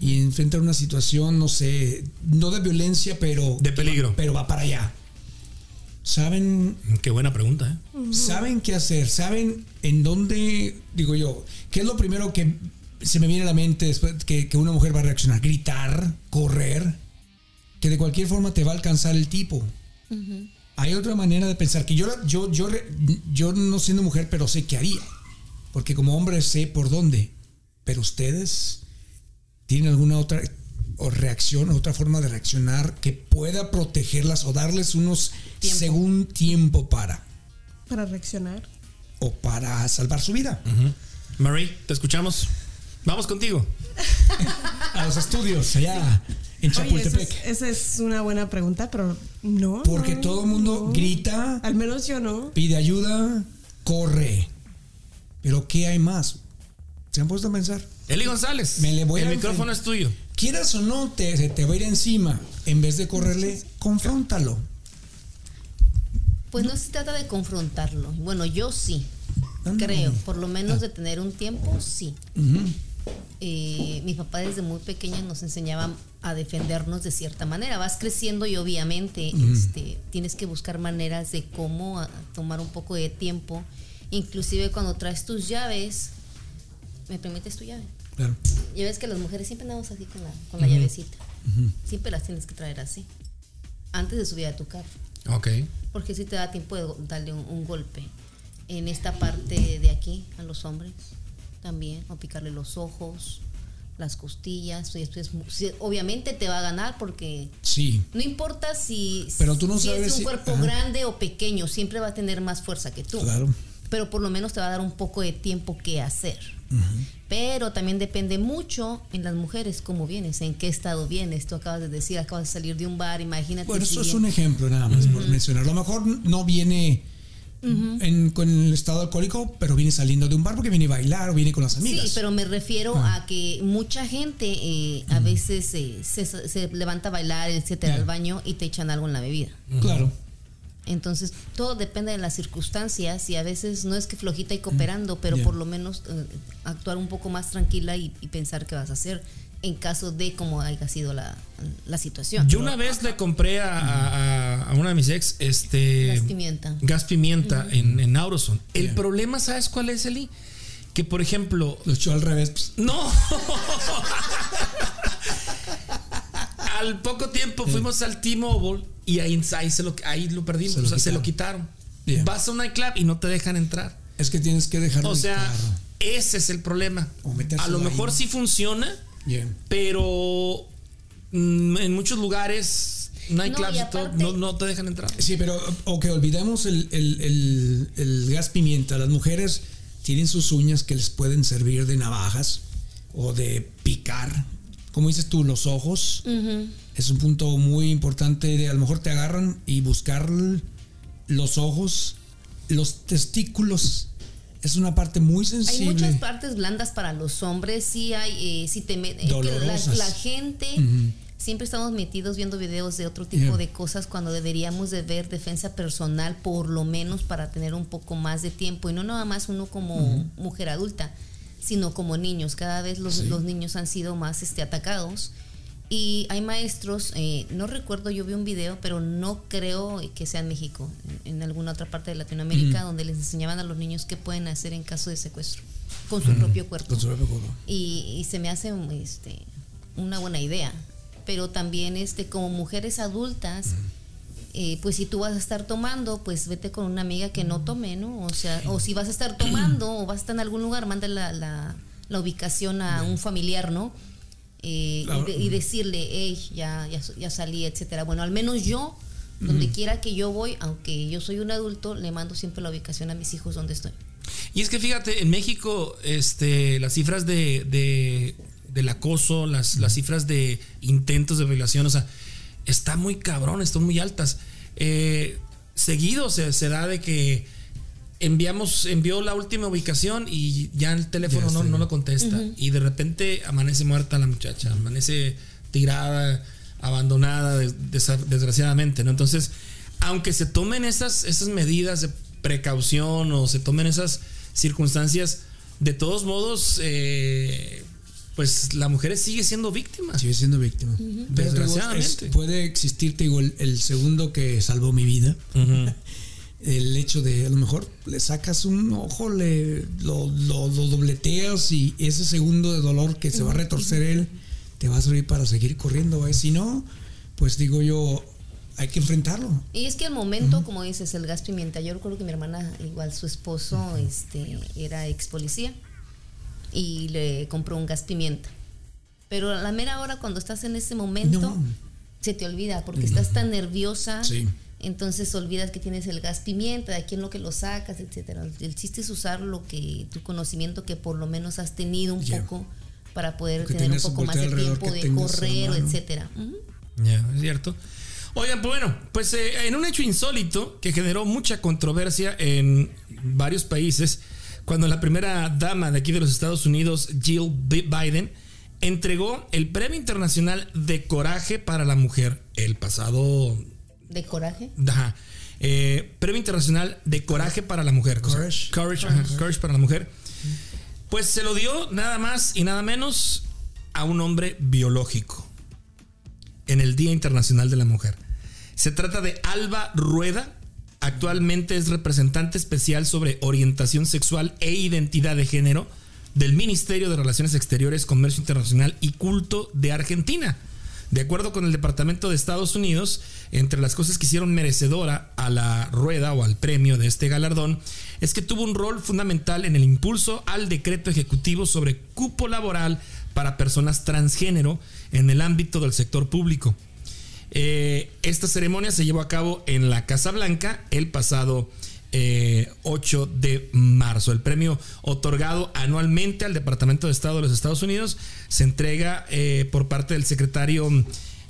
y enfrentan una situación, no sé, no de violencia, pero De peligro. pero va para allá. Saben Qué buena pregunta, ¿eh? saben qué hacer, saben en dónde, digo yo, qué es lo primero que se me viene a la mente después que, que una mujer va a reaccionar, gritar, correr, que de cualquier forma te va a alcanzar el tipo. Hay otra manera de pensar que yo, la- yo, yo, re- yo no siendo mujer, pero sé qué haría, porque como hombre sé por dónde, pero ustedes tienen alguna otra o reacción, otra forma de reaccionar que pueda protegerlas o darles unos Tiempo. según tiempo para Para reaccionar. o para salvar su vida Marie, te escuchamos. Vamos contigo. a los estudios allá en Oye, esa es, Chapultepec. esa es una buena pregunta, pero no. Porque no, todo el mundo no. grita. Al menos yo no. pide ayuda, corre. Pero ¿qué hay más? ¿Se han puesto a pensar? Eli González, Me le voy el a micrófono enfren- es tuyo. Quieras o no, te, se te va a ir encima. En vez de correrle, confróntalo. Pues no se trata de confrontarlo. Bueno, yo sí. Ah, no. Ah. Creo, por lo menos de tener un tiempo, sí. Ujú. eh, mi papá desde muy pequeña nos enseñaba a defendernos de cierta manera. Vas creciendo y obviamente este, tienes que buscar maneras de cómo a- tomar un poco de tiempo. Inclusive cuando traes tus llaves, ¿me permites tu llave? Claro. Ya ves que las mujeres siempre andamos así con la, con la llavecita. Siempre las tienes que traer así. Antes de subir a tu carro Ok. porque si te da tiempo de go- darle un, un golpe en esta parte de aquí a los hombres también o picarle los ojos las costillas y esto es mu- si- obviamente te va a ganar porque Sí. no importa si, Pero tú no si sabes es si- un cuerpo ajá. grande o pequeño siempre va a tener más fuerza que tú Claro. pero por lo menos te va a dar un poco de tiempo que hacer pero también depende mucho en las mujeres cómo vienes, en qué estado vienes. Tú acabas de decir, acabas de salir de un bar, imagínate. Bueno, si eso es bien- un ejemplo nada más por mencionar. A lo mejor no viene en- con el estado alcohólico, pero viene saliendo de un bar porque viene a bailar o viene con las amigas. Ah. Sí, pero me refiero a que mucha gente eh, a veces eh, se, se levanta a bailar, Mm. etcétera, Ya. al baño y te echan algo en la bebida. Claro. Entonces, todo depende de las circunstancias y a veces no es que flojita y cooperando, pero Mm. Ya. por lo menos eh, actuar un poco más tranquila y, y pensar qué vas a hacer en caso de cómo haya sido la, la situación. Yo una vez le compré a, a- a una de mis ex eh, este Gas pimienta. gas pimienta en, en Auroson. El problema, ¿sabes cuál es, Eli? Que por ejemplo, Lo echó al revés. pues, No. al poco tiempo fuimos al T-Mobile y ahí, ahí se lo, ahí lo perdimos. Se lo o sea, se lo quitaron. quitaron. Bien. Vas a un nightclub y no te dejan entrar. es que tienes que dejarlo O en el sea, carro. ese es el problema. O metérselo A lo ahí. mejor sí funciona, Bien. pero mm, en muchos lugares, nightclubs y y todo, aparte- no, no te dejan entrar. Sí, pero o que olvidemos el, el- el- el gas pimienta. Las mujeres tienen sus uñas que les pueden servir de navajas o de picar. Como dices tú, los ojos. Es un punto muy importante de a lo mejor te agarran y buscar l- los ojos, los testículos. Es una parte muy Hay sensible. muchas partes blandas para los hombres, sí hay, eh, sí te met- es que la, Dolorosas. la gente siempre estamos metidos viendo videos de otro tipo Yeah. de cosas cuando deberíamos de ver defensa personal por lo menos para tener un poco más de tiempo y no nada más uno como mujer adulta, sino como niños. Cada vez los, los niños han sido más este atacados. Y hay maestros, eh, no recuerdo, yo vi un video, pero no creo que sea en México, en, en alguna otra parte de Latinoamérica, donde les enseñaban a los niños qué pueden hacer en caso de secuestro, con su propio cuerpo. Con su propio cuerpo. Y, y se me hace este, una buena idea. Pero también este, como mujeres adultas, eh, pues si tú vas a estar tomando, pues vete con una amiga que no tome, ¿no? O sea, o si vas a estar tomando o vas a estar en algún lugar, manda la, la- la ubicación a un familiar, ¿no? Eh, y, de- y decirle, hey, ya, ya, ya salí, etcétera. Bueno, al menos yo, donde quiera que yo voy, aunque yo soy un adulto, le mando siempre la ubicación a mis hijos donde estoy. Y es que fíjate, en México, este, las cifras de, de- del acoso, las, las cifras de intentos de violación, o sea, está muy cabrón, están muy altas. Eh, seguido se, se da de que enviamos, envió la última ubicación y ya el teléfono no, no lo contesta. Y de repente amanece muerta la muchacha, amanece tirada, abandonada, des- desa- desgraciadamente, ¿no? Entonces, aunque se tomen esas, esas medidas de precaución o se tomen esas circunstancias, de todos modos, eh, pues la mujer sigue siendo víctima. Sigue siendo víctima. Pero te digo, es- Desgraciadamente. puede existir, te digo, el, el segundo que salvó mi vida. Ujú. el hecho de a lo mejor le sacas un ojo, le, lo, lo- lo dobleteas y ese segundo de dolor que se va a retorcer él te va a servir para seguir corriendo. ¿eh? Si no, pues digo yo, hay que enfrentarlo. Y es que el momento, como dices, el gas pimienta. Yo recuerdo que mi hermana, igual su esposo, este, era ex policía y le compró un gas pimienta. Pero a la mera hora, cuando estás en ese momento, No. se te olvida porque estás tan nerviosa. Sí. Entonces olvidas que tienes el gas pimienta, de quién lo que lo sacas, etcétera. El chiste es usar lo que tu conocimiento que por lo menos has tenido un Ya. poco para poder Que tener un tengas un poco más de volteo alrededor tiempo que de tengas a la correr, mano. etcétera. Ujú. Ya, es cierto. Oigan, pues bueno, pues eh, en un hecho insólito que generó mucha controversia en varios países, cuando la primera dama de aquí de los Estados Unidos, Jill B- Biden, entregó el Premio Internacional de Coraje para la Mujer el pasado... De coraje. ajá, eh, Premio Internacional de Coraje para la Mujer. o sea, Courage. courage, ajá, courage para la Mujer. Pues se lo dio nada más y nada menos a un hombre biológico en el Día Internacional de la Mujer. Se trata de Alba Rueda. Actualmente es representante especial sobre orientación sexual e identidad de género del Ministerio de Relaciones Exteriores, Comercio Internacional y Culto de Argentina. De acuerdo con el Departamento de Estados Unidos, entre las cosas que hicieron merecedora a la rueda o al premio de este galardón, es que tuvo un rol fundamental en el impulso al decreto ejecutivo sobre cupo laboral para personas transgénero en el ámbito del sector público. Eh, esta ceremonia se llevó a cabo en la Casa Blanca el pasado eh, 8 de marzo. El premio otorgado anualmente al Departamento de Estado de los Estados Unidos se entrega eh, por parte del secretario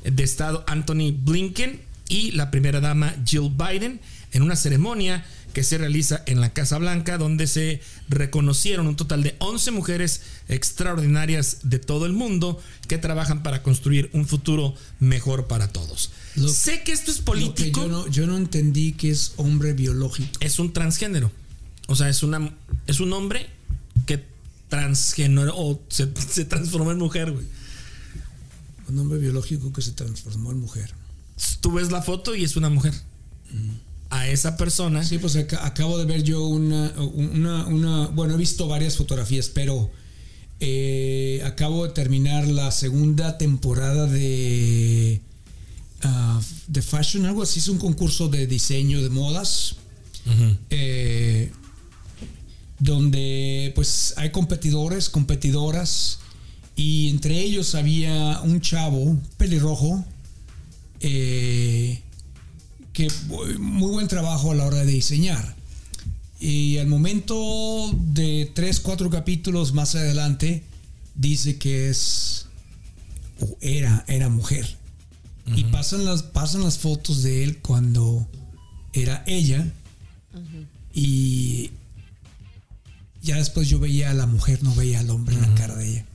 de Estado Anthony Blinken y la primera dama Jill Biden en una ceremonia que se realiza en la Casa Blanca, donde se reconocieron un total de 11 mujeres extraordinarias de todo el mundo que trabajan para construir un futuro mejor para todos. Lo- sé que esto es Lo que político, yo no, yo no entendí que es hombre biológico. es un transgénero. O sea, es, una, es un hombre que transgénero o se, se transformó en mujer, güey. Un hombre biológico que se transformó en mujer. Tú ves la foto y es una mujer. A esa persona. Mm. Sí, pues ac- acabo de ver yo una, una, una- Bueno, he visto varias fotografías, pero eh, acabo de terminar la segunda temporada de. ah, de fashion, algo así. Es un concurso de diseño de modas. eh, donde pues hay competidores, competidoras. Y entre ellos había un chavo pelirrojo. eh, que bu- muy buen trabajo a la hora de diseñar. Y al momento de tres, cuatro capítulos más adelante, dice que es, o era, era mujer. Y pasan las, pasan las fotos de él cuando era ella. Y ya después yo veía a la mujer, no veía al hombre en la cara de ella.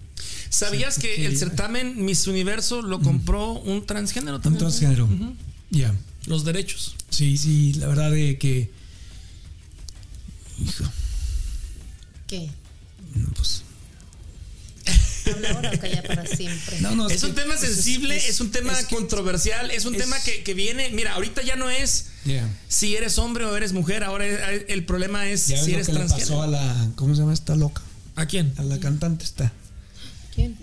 ¿Sabías que sí, el sí. certamen Miss Universo lo compró un transgénero también? Entonces, género. Ya. Los derechos. Sí, sí, la verdad de que. Hijo, ¿Qué? no, pues. Habla ahora o calla para siempre. No, no, Es un que- tema sensible, es, un tema es que- controversial, es un es- tema que, que viene. Mira, ahorita ya no es Yeah. si eres hombre o eres mujer, ahora es- el problema es Ya ves si lo eres que le pasó transgénero. a la. ¿Cómo se llama esta loca? ¿A quién? A la cantante está. ¿Quién?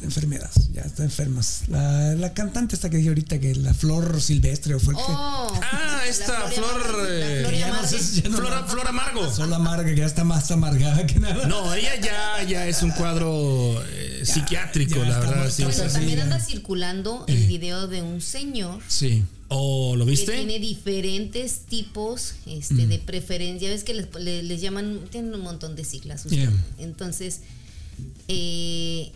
Enfermeras, ya está enfermas. La, la cantante esta que dije ahorita, que la flor silvestre o fue el que- Oh, Ah, esta flor, eh, Floria ya no sé si- ya no- Flora, Flora Amargo. Solo amarga, que ya está más amargada que nada. No, ella ya, ya es un cuadro eh, psiquiátrico, ya la está verdad. muerta. sí, Bueno, sí, sí. también ya. anda circulando Eh. el video de un señor Sí. ¿O lo que viste? tiene diferentes tipos este, Mm. de preferencia. Ya ves que les, le- les llaman, tienen un montón de siglas. usted. Yeah. Entonces, eh,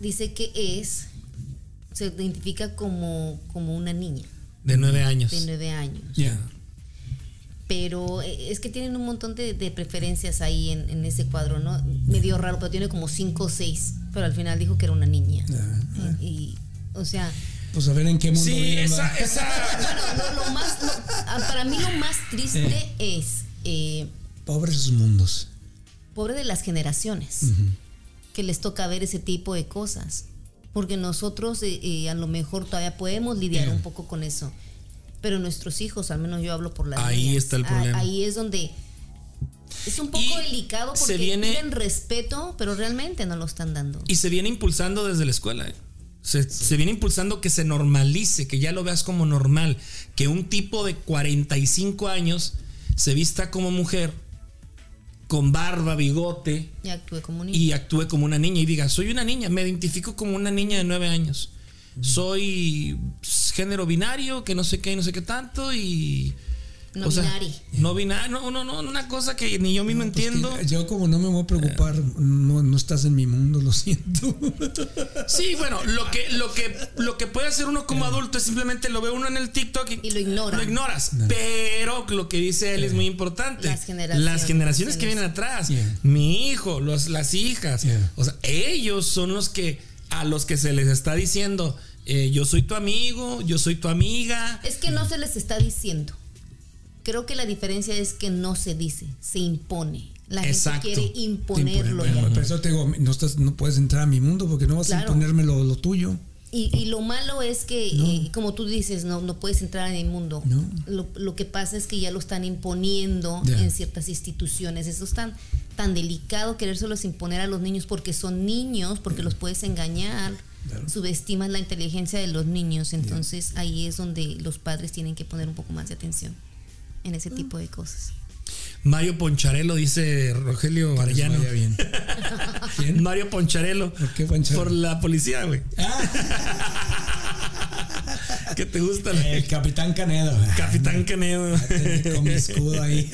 dice que es, se identifica como, como una niña De nueve años. de nueve años. Ya. pero eh, es que tienen un montón de, de preferencias ahí en, en ese cuadro, ¿no? Medio raro, pero tiene como cinco o seis, pero al final dijo que era una niña. Ah, Y, y, o sea, Pues a ver en qué mundo Sí, vive, esa, ¿verdad? esa. bueno, lo, lo más, lo- ah, para mí lo más triste es, eh, Pobres sus mundos. pobre de las generaciones, que les toca ver ese tipo de cosas, porque nosotros eh, eh, a lo mejor todavía podemos lidiar Yeah. un poco con eso, pero nuestros hijos, al menos yo hablo por la Ahí está el problema. Ahí es donde... Es un poco Y delicado se porque viene- piden respeto, pero realmente no lo están dando. Y se viene impulsando desde la escuela. ¿eh? Se, se viene impulsando que se normalice, que ya lo veas como normal. Que un tipo de 45 años se vista como mujer, con barba, bigote, Ya actúe como un niño. y actúe como una niña y diga, soy una niña, me identifico como una niña de nueve años. Soy género binario, que no sé qué, y no sé qué tanto, y No O sea, binari. No binari, no, no, no, una cosa que ni yo mismo Pues que entiendo. yo como no me voy a preocupar, no, no estás en mi mundo, lo siento. Sí, bueno, lo que, lo que, lo que puede hacer uno como adulto es simplemente lo ve uno en el TikTok y, Y lo ignora. Lo ignoras. Pero lo que dice él es muy importante. Las generaciones. Las generaciones que vienen atrás. Yeah. Mi hijo, los, las hijas. Yeah. O sea, ellos son los que a los que se les está diciendo. eh, yo soy tu amigo, yo soy tu amiga. Es que no se les está diciendo. Creo que la diferencia es que no se dice, se impone. La Exacto. gente quiere imponerlo. Bueno, ya. por eso te digo, no, estás, no puedes entrar a mi mundo porque no vas a Claro. imponerme lo, lo tuyo. Y, y lo malo es que, eh, como tú dices, no, no puedes entrar en el mundo. No. Lo, lo que pasa es que ya lo están imponiendo Ya. en ciertas instituciones. Eso es tan, tan delicado querérselos imponer a los niños porque son niños, porque los puedes engañar. Claro. Subestimas la inteligencia de los niños. Entonces ahí es donde los padres tienen que poner un poco más de atención en Ah. ese tipo de cosas. Mario Poncharelo, dice Rogelio Pues Arellano. vaya bien. ¿Quién? Mario Poncharelo. ¿Por qué Ah. Poncharelo? Por la policía, güey. que te gusta la- El capitán Canedo. Este, Capitán Canedo. Con mi escudo ahí.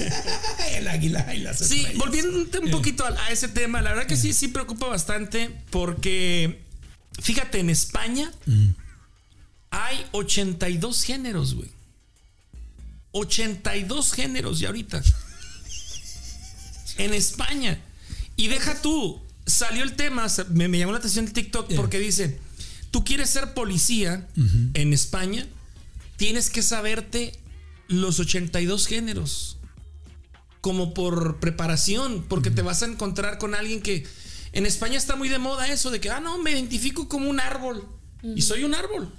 El águila y las Sí, estrellas. volviendo un poquito a, a ese tema, la verdad que sí, sí preocupa bastante porque, fíjate, en España Mm. hay 82 géneros, güey. 82 géneros ya ahorita. en España. Y deja tú, salió el tema, sa- me, me llamó la atención el TikTok Yeah. porque dice, tú quieres ser policía en España, tienes que saberte los 82 géneros como por preparación, porque te vas a encontrar con alguien que en España está muy de moda eso de que, ah, no, me identifico como un árbol y soy un árbol.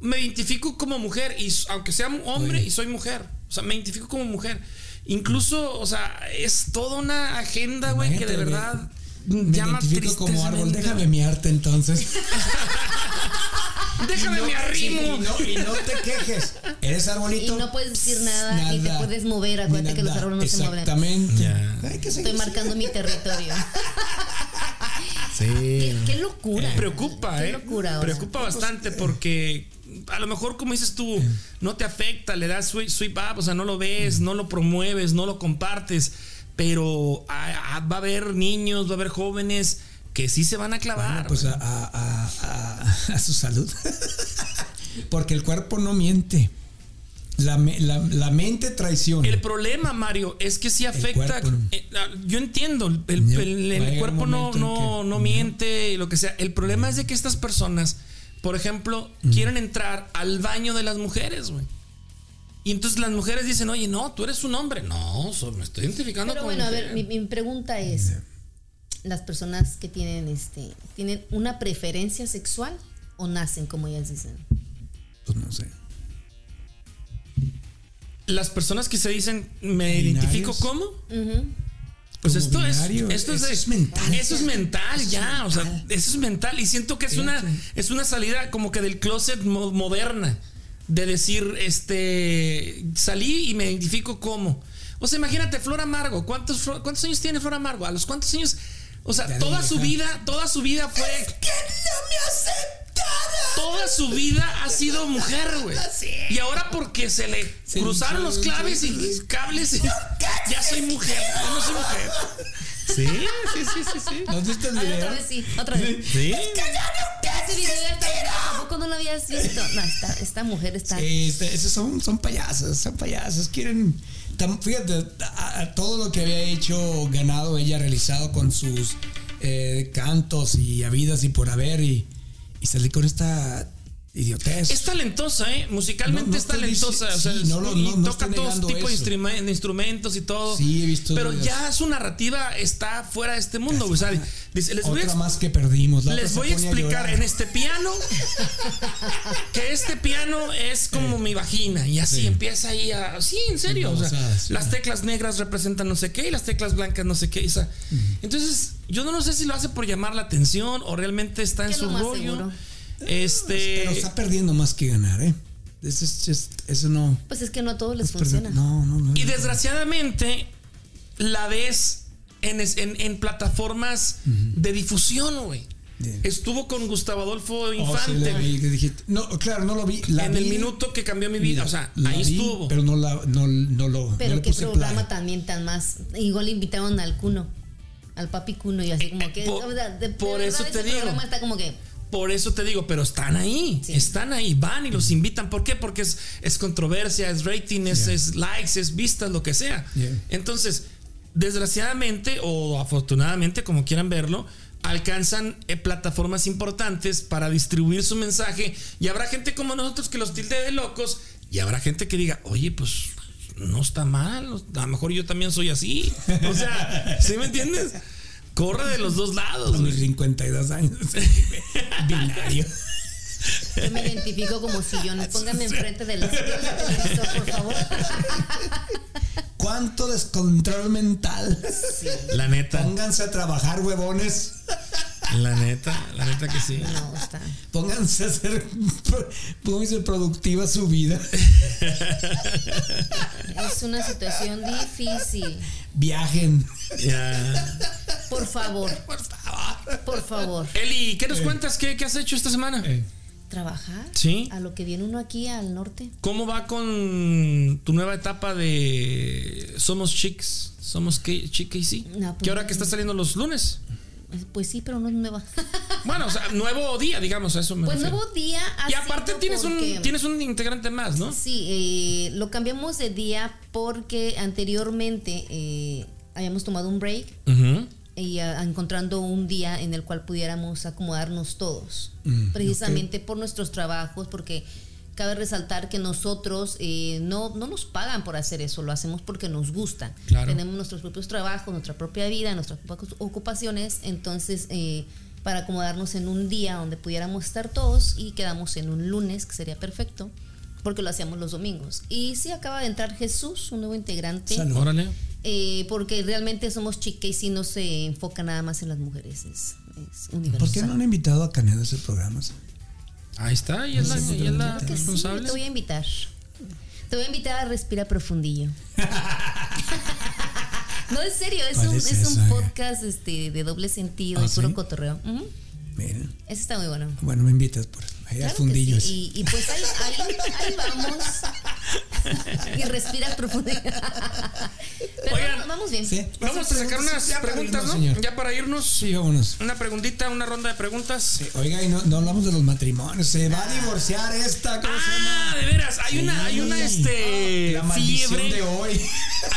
Me identifico como mujer y s- aunque sea mu- hombre y soy mujer, o sea, me identifico como mujer. Incluso, o sea, es toda una agenda, güey, que de Imagínate, verdad güey. Me llama identifico como árbol. tristemente. Déjame mi arte entonces. Déjame Y no- me arrimo. sí, Y no, y no te quejes. Eres arbolito. Y no puedes decir nada, ni te puedes mover. Acuérdate Ni que los nada. árboles no se mueven. Exactamente. Ya. Hay que Estoy seguir. marcando mi territorio. Sí. Qué, qué locura. Preocupa, Qué ¿eh? locura. o sea. Eh. Preocupa bastante porque a lo mejor, como dices tú, no te afecta, le das swi- sweep up, o sea, no lo ves, no lo promueves, no lo compartes, pero a- a- va a haber niños, va a haber jóvenes que sí se van a clavar. Bueno, pues a, a- a- a- a su salud. Porque el cuerpo no miente. La, me- la- la mente traiciona. El problema, Mario, es que sí afecta. cuerpo. eh, ah, yo entiendo, el, el- Ya, el- el va a llegar cuerpo un no, momento en no, que- no miente, y lo que sea. El problema es de que estas personas, por ejemplo, quieren entrar al baño de las mujeres, güey. Y entonces las mujeres dicen, oye, no, tú eres un hombre. No, so- me estoy identificando Pero como bueno, a ver, mujer. mi, mi pregunta es: ¿las personas que tienen este tienen una preferencia sexual o nacen, como ellas dicen? Pues no sé. Las personas que se dicen, me Binarios. identifico como. Ujú. Pues Como esto binario, es, esto es, eso de- es mental. Eso es mental, ya. O sea, eso es mental. Y siento que es una, es una salida como que del closet mo- moderna. De decir, este. Salí y me identifico como. O sea, imagínate, Flor Amargo. ¿Cuántos, Flo- cuántos años tiene Flor Amargo? ¿A los cuántos años? O sea, Ya toda ni su deja. vida, toda su vida fue. Toda su vida ha sido mujer, güey. Y ahora porque se le cruzaron los claves y cables, y- ya soy mujer. Yo no soy mujer. Sí, sí, sí, sí, sí. ¿No has visto el A ver, otra video? vez sí, otra vez. Sí. Ese video ya está- tampoco no lo habías visto. No, esta, esta mujer está. Sí, este- esos son, son payasos, son payasos. Quieren. tam- fíjate, a- a todo lo que había hecho, ganado, ella realizado con sus eh, cantos y habidas y por haber y, y salir con esta idiotez. Es talentosa, ¿eh? Musicalmente No, no es estoy talentosa. dici- o sea, sí, no lo- y no- no toca estoy todo negando tipo de eso. instruma- de instrumentos y todo. Sí, he visto Pero videos. ya su narrativa está fuera de este mundo, güey. O sea, dice, les voy a Otra ex- más que perdimos. la Les otra se voy a pone explicar llorar. en este piano que este piano es como mi vagina y así empieza ahí a... Sí, en serio. o sea, Babosadas, sí. las teclas negras representan no sé qué y las teclas blancas no sé qué. y, o sea, Entonces, yo no sé si lo hace por llamar la atención o realmente está en Que es su lo más rollo. seguro. Este... Ah, Pero está perdiendo más que ganar, ¿eh? This is just- eso no. Pues es que no a todos les es perder- funciona. No, no, no. Y desgraciadamente la ves en, es- en- en plataformas de difusión, güey. Bien. Estuvo con Gustavo Adolfo Oh, sí, la Infante vi, le dije, no, claro, no lo vi. La en vi, el minuto que cambió mi vida. mira, o sea, la ahí vi, estuvo. Pero no, la, no, no lo. no Pero le qué puse play. programa también tan más. Igual le invitaron al cuno, al papi cuno, y así como que. Eh, por- o sea, de- de por verdad, eso ese te digo. programa está como que. Por eso te digo, pero están ahí, Sí. están ahí, van y los invitan. ¿Por qué? Porque es, es controversia, es rating, es, Yeah. es likes, es vistas, lo que sea. Yeah. Entonces, desgraciadamente o afortunadamente, como quieran verlo, alcanzan eh, plataformas importantes para distribuir su mensaje y habrá gente como nosotros que los tilde de locos y habrá gente que diga, oye, pues no está mal, a lo mejor yo también soy así. O sea, ¿sí me entiendes? Corre de los dos lados. A mis güey. 52 años. Binario. Yo me identifico como sillón. Póngame enfrente del del televisor, por favor. ¿Cuánto descontrol mental? La neta. Pónganse a trabajar, huevones. La neta, la neta que sí. No, está. Pónganse a ser, pónganse productiva su vida. Es una situación difícil. Viajen. Ya. Por favor, Por favor. por favor. Eli, ¿qué nos cuentas? ¿Qué, qué has hecho esta semana? Eh. Trabajar Sí. a lo que viene uno aquí al norte. ¿Cómo va con tu nueva etapa de Somos Chicks? Somos K- Chick KC. No, pues que ahora no. que está saliendo los lunes. Pues sí, pero no es nueva. Bueno, o sea, nuevo día, digamos, a eso me Pues refiero. nuevo día. ha Y aparte sido tienes porque- un, tienes un integrante más, ¿no? Sí, eh, lo cambiamos de día porque anteriormente eh, habíamos tomado un break Ujú. y ah, encontrando un día en el cual pudiéramos acomodarnos todos, precisamente por nuestros trabajos, porque cabe resaltar que nosotros eh, no, no nos pagan por hacer eso, lo hacemos porque nos gusta. Claro. Tenemos nuestros propios trabajos, nuestra propia vida, nuestras propias ocupaciones, entonces eh, para acomodarnos en un día donde pudiéramos estar todos y quedamos en un lunes, que sería perfecto, porque lo hacíamos los domingos. Y sí, acaba de entrar Jesús, un nuevo integrante. Salud. Órale. Eh, porque realmente somos chica y si no se enfoca nada más en las mujeres, es, es universal. ¿Por qué no han invitado a Canedo a ese programa? Ahí está, y es la, y es la Claro que sí, responsable. te voy a invitar. Te voy a invitar a Respira Profundillo. no, en serio, es ¿Cuál un, es es un esa? podcast este, de doble sentido, ¿Ah, de puro sí? cotorreo. Ujú. Mira. Ese está muy bueno. Bueno, me invitas por ahí Claro al que fundillo. ese. sí, Y, y pues ahí, ahí, ahí vamos. y respira profundillo. Pero Oigan. vamos- vamos bien. Sí. Vamos a sacar unas Ya para preguntas, irnos, ¿no? señor. Ya para irnos. Sí, vámonos. Eh, Una preguntita, una ronda de preguntas. Oiga, y no, no hablamos de los matrimonios. Se va a divorciar esta. ¿Cómo se Ah, llama? de veras, hay una, hay una este La maldición fiebre. de hoy.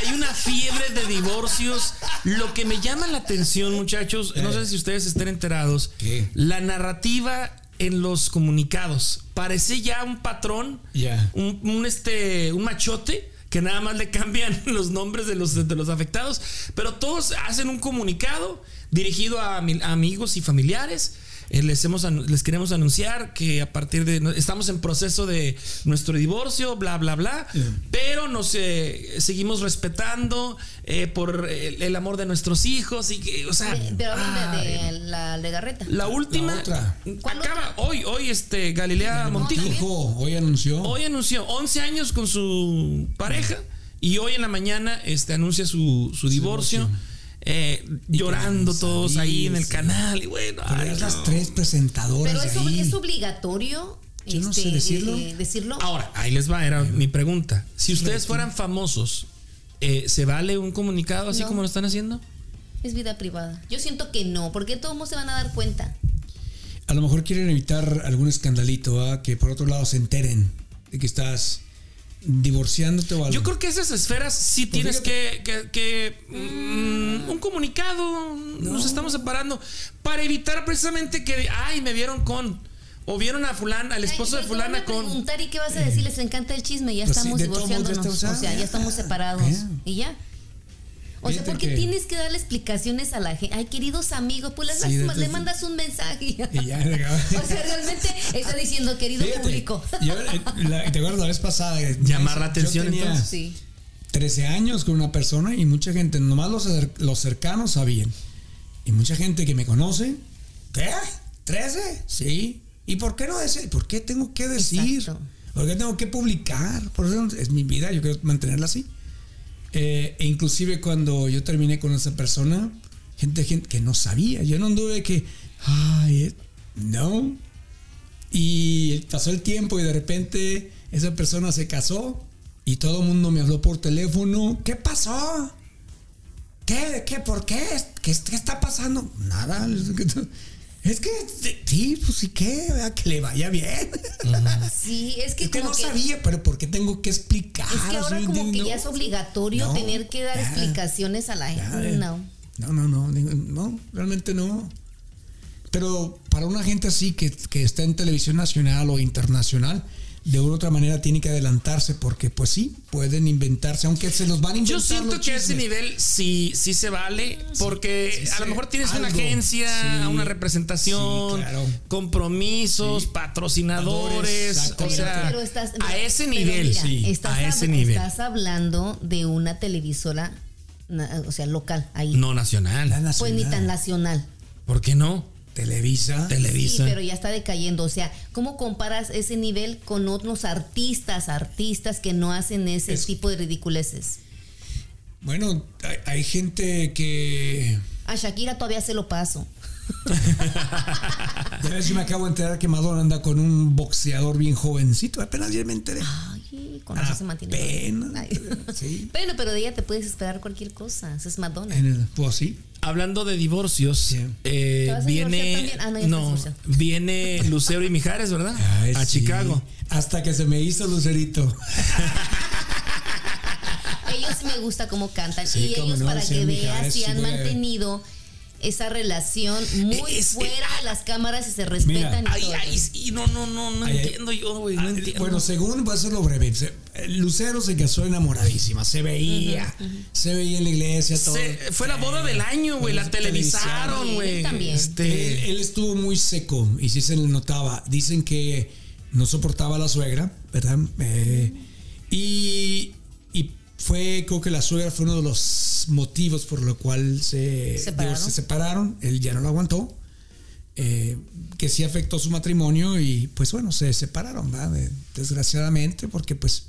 Hay una fiebre de divorcios. Lo que me llama la atención, muchachos, no sé si ustedes estén enterados. Eh. ¿Qué? La narrativa en los comunicados. Parece ya un patrón. Ya. Un, un, este. un machote. Que nada más le cambian los nombres de los, de los afectados. Pero todos hacen un comunicado dirigido a, ami- a amigos y familiares. Eh, les, hemos anu- les queremos anunciar que a partir de. no- Estamos en proceso de nuestro divorcio, bla, bla, bla. Pero nos eh, seguimos respetando eh, por el, el amor de nuestros hijos. Y que, o sea. De- Pero habla de, ay, de la legarreta. la última. La otra. ¿Cuál acaba hoy, hoy, este, Galilea Montijo. Dijo, hoy anunció. Hoy anunció 11 años con su pareja y hoy en la mañana este, anuncia su, su divorcio. eh, llorando todos ahí en el canal y bueno, Pero ay, eran no. las tres presentadoras Pero es, ahí. es obligatorio Yo no sé decirlo. eh, decirlo. Ahora, ahí les va, era mi pregunta. Si ustedes fueran famosos, eh, ¿se vale un comunicado así No. como lo están haciendo? Es vida privada. Yo siento que no, porque todos se van a dar cuenta. A lo mejor quieren evitar algún escandalito, ¿ah? que por otro lado se enteren de que estás divorciándote o algo. Yo creo que esas esferas sí tienes Pues fíjate. que, que- que, mm, un comunicado, nos estamos separando, para evitar precisamente que, ay, me vieron con, o vieron a fulana, al esposo Ay, de pues, te van fulana a con... preguntar y qué vas a decir, les encanta el chisme, ya Pues sí, estamos de todos modos ya divorciándonos. estamos- o sea, ah, ya estamos separados. bien. Y ya. O sea, Fíjate ¿por qué que- tienes que darle explicaciones a la gente? Ay, queridos amigos, pues las Sí, lástimas, de- le mandas un mensaje. Y ya, o sea, realmente está diciendo, querido Fíjate, público. yo, eh, la- ¿Te acuerdas la vez pasada? Eh, Llamar la yo atención, tenía entonces. Sí. 13 años con una persona y mucha gente, nomás los, cer- los cercanos sabían. Y mucha gente que me conoce, ¿qué? ¿13? Sí. ¿Y por qué no decir? ¿Por qué tengo que decir? Exacto. ¿Por qué tengo que publicar? Por eso es mi vida, yo quiero mantenerla así. Eh, e inclusive cuando yo terminé con esa persona, gente, gente que no sabía. Yo no anduve que, ay, eh, no. Y pasó el tiempo y de repente esa persona se casó y todo el mundo me habló por teléfono. ¿Qué pasó? ¿Qué? ¿Qué? ¿Por qué? ¿Qué, qué está pasando? Nada. Es que, sí, pues, ¿y qué? ¿Verdad? Que le vaya bien. Sí, es que Es que como no que- sabía, pero ¿por qué tengo que explicar? Es que ahora Así, como que no, ya es obligatorio no, tener que dar ya, explicaciones a la ya, gente. eh. No. No, no, no, digo, no, realmente no. Pero para una gente así que, que está en televisión nacional o internacional, de una u otra manera tiene que adelantarse porque pues sí, pueden inventarse, aunque se los van a inventar Yo siento los que a ese chismes. nivel sí, sí se vale, porque sí a se- lo mejor tienes una algo, agencia, sí, una representación, sí, claro. compromisos, Sí. patrocinadores, o Exactamente. sea, Pero estás- a ese pero nivel, mira, sí, estás a hab- ese nivel, Estás hablando de una televisora, na- o sea, local, ahí. no nacional. La nacional, Pues ni tan nacional. ¿Por qué no? Televisa. Sí, Televisa. pero ya está decayendo. O sea, ¿cómo comparas ese nivel con otros artistas, artistas que no hacen ese tipo de ridiculeces? Bueno, hay, hay gente que... A Shakira todavía se lo paso. Ya ves, yo me acabo de enterar que Madonna anda con un boxeador bien jovencito, apenas ya me enteré. Ah. Ay, con eso se mantiene. Apenas. Ay. Sí. Bueno, pero de ella te puedes esperar cualquier cosa. Esa es Madonna. En el- pues sí. Hablando de divorcios, Sí. eh, ¿Te vas a viene, divorciar también? Ah, no, ya estás no, divorciado. viene Lucero y Mijares, ¿verdad? Ay, a Ah, sí. Ah, Chicago. Hasta que se me hizo Lucerito. Ellos sí me gusta cómo cantan. Sí, y cómo ellos, no, para sí, que mija, veas, es si han súper- mantenido esa relación muy Es- fuera ah, de las cámaras y se respetan. y Ay, todo. ay, sí, no, no, no, no Ay, ay. entiendo yo, güey, no Ah, entiendo. Bueno, según voy a hacerlo breve. se- eh, Lucero se casó enamoradísima, se veía, se veía en la iglesia, todo. Se- fue la boda del año, güey. La Sí, televisaron, televisaron. güey. También. Él, Este, él estuvo muy seco y sí se le notaba. Dicen que no soportaba a la suegra, ¿verdad? Eh, y, y fue, creo que la suegra fue uno de los motivos por lo cual se Separaron. se separaron. Él ya no lo aguantó. eh, que sí afectó su matrimonio y pues bueno, se separaron, ¿verdad? De- desgraciadamente, porque pues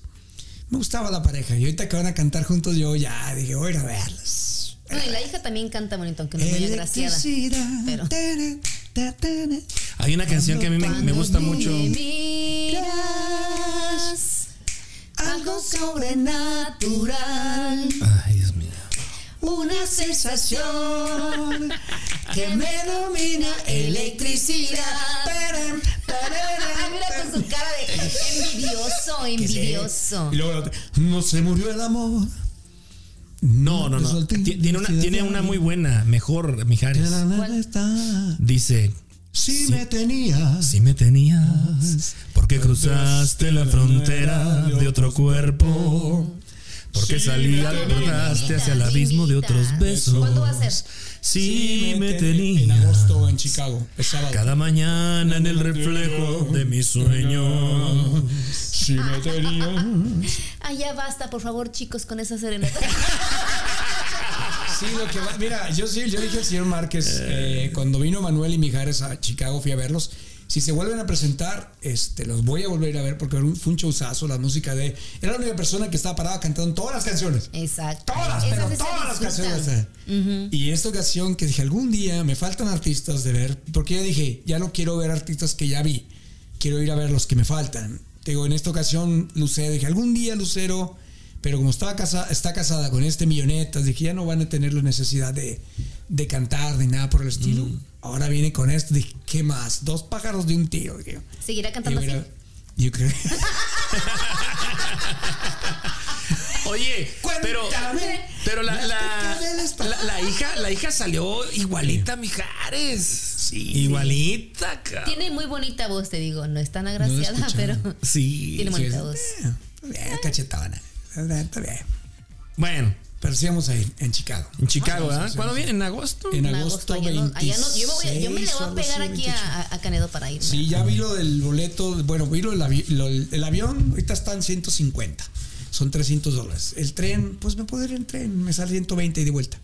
me gustaba la pareja. Y ahorita que van a cantar juntos, yo ya dije, voy a ir a verlos. No, y la hija también canta bonito, aunque no es muy agraciada. Electricidad, pero- tara, ta, tara. hay una canción que a mí me, me gusta Cuando mucho. me miras, algo sobrenatural, Ay, Dios mío. una sensación que me domina electricidad. Ah, mira con su cara de envidioso, envidioso. Y luego la otra, no se murió el amor. No, no, no. Resulta Ti- Tiene una, tiene una muy buena, mejor, Mijares. ¿Dónde está? Dice: Si Sí. me tenías. Si me tenías, porque cruzaste la frontera de otro cuerpo. Porque Sí, salí, me tenías. alborotaste hacia el abismo de otros besos. ¿Cuándo va a ser? Si me En tenías. agosto en Chicago. El sábado. Cada mañana en el reflejo de mi sueño. Si me tenías. Ah, ya basta, por favor, chicos, con esa serenata. Sí, lo que va- Mira, yo sí, yo dije al señor Márquez, eh, cuando vino Manuel y Mijares a Chicago, fui a verlos. Si se vuelven a presentar, este, los voy a volver a ir a ver porque era un- fue un showzazo la música de. Era la única persona que estaba parada cantando todas las canciones. Exacto. Todas, Esas pero sí se todas las disfrutan. canciones. Y esta ocasión que dije, algún día me faltan artistas de ver, porque ya dije, ya no quiero ver artistas que ya vi, quiero ir a ver los que me faltan. Digo, en esta ocasión, Lucero, dije, algún día Lucero, pero como estaba casa, está casada con este millonetas, dije, ya no van a tener la necesidad de, de cantar, de nada por el estilo. Ahora viene con esto, dije, ¿qué más? Dos pájaros de un tiro, dije. ¿Seguirá Yo cantando así? creo- yo creo. Oye, pero, Cuéntame pero la, las la, pecas de la espada. la, la hija, la hija salió igualita a Mijares. Sí. Igualita, cabrón. Tiene muy bonita voz, te digo. No es tan agraciada, escuchado. pero Sí. tiene bonita voz. Bien, cachetona. Está bien. Bueno, Pero sí vamos a ir en Chicago. en Chicago, ¿verdad? sí, sí, ¿Cuándo sí. viene? ¿En agosto? En agosto allá no- allá no- yo, me voy, a- yo me le 26 voy o a algo pegar así, aquí a, 28. a- a Canedo para irme. Sí, ya vi lo del boleto. Bueno, vi lo del avi- lo del- el avión. Ahorita está en 150. son 300 dólares. El tren, pues me puedo ir en tren, me sale 120 y de vuelta.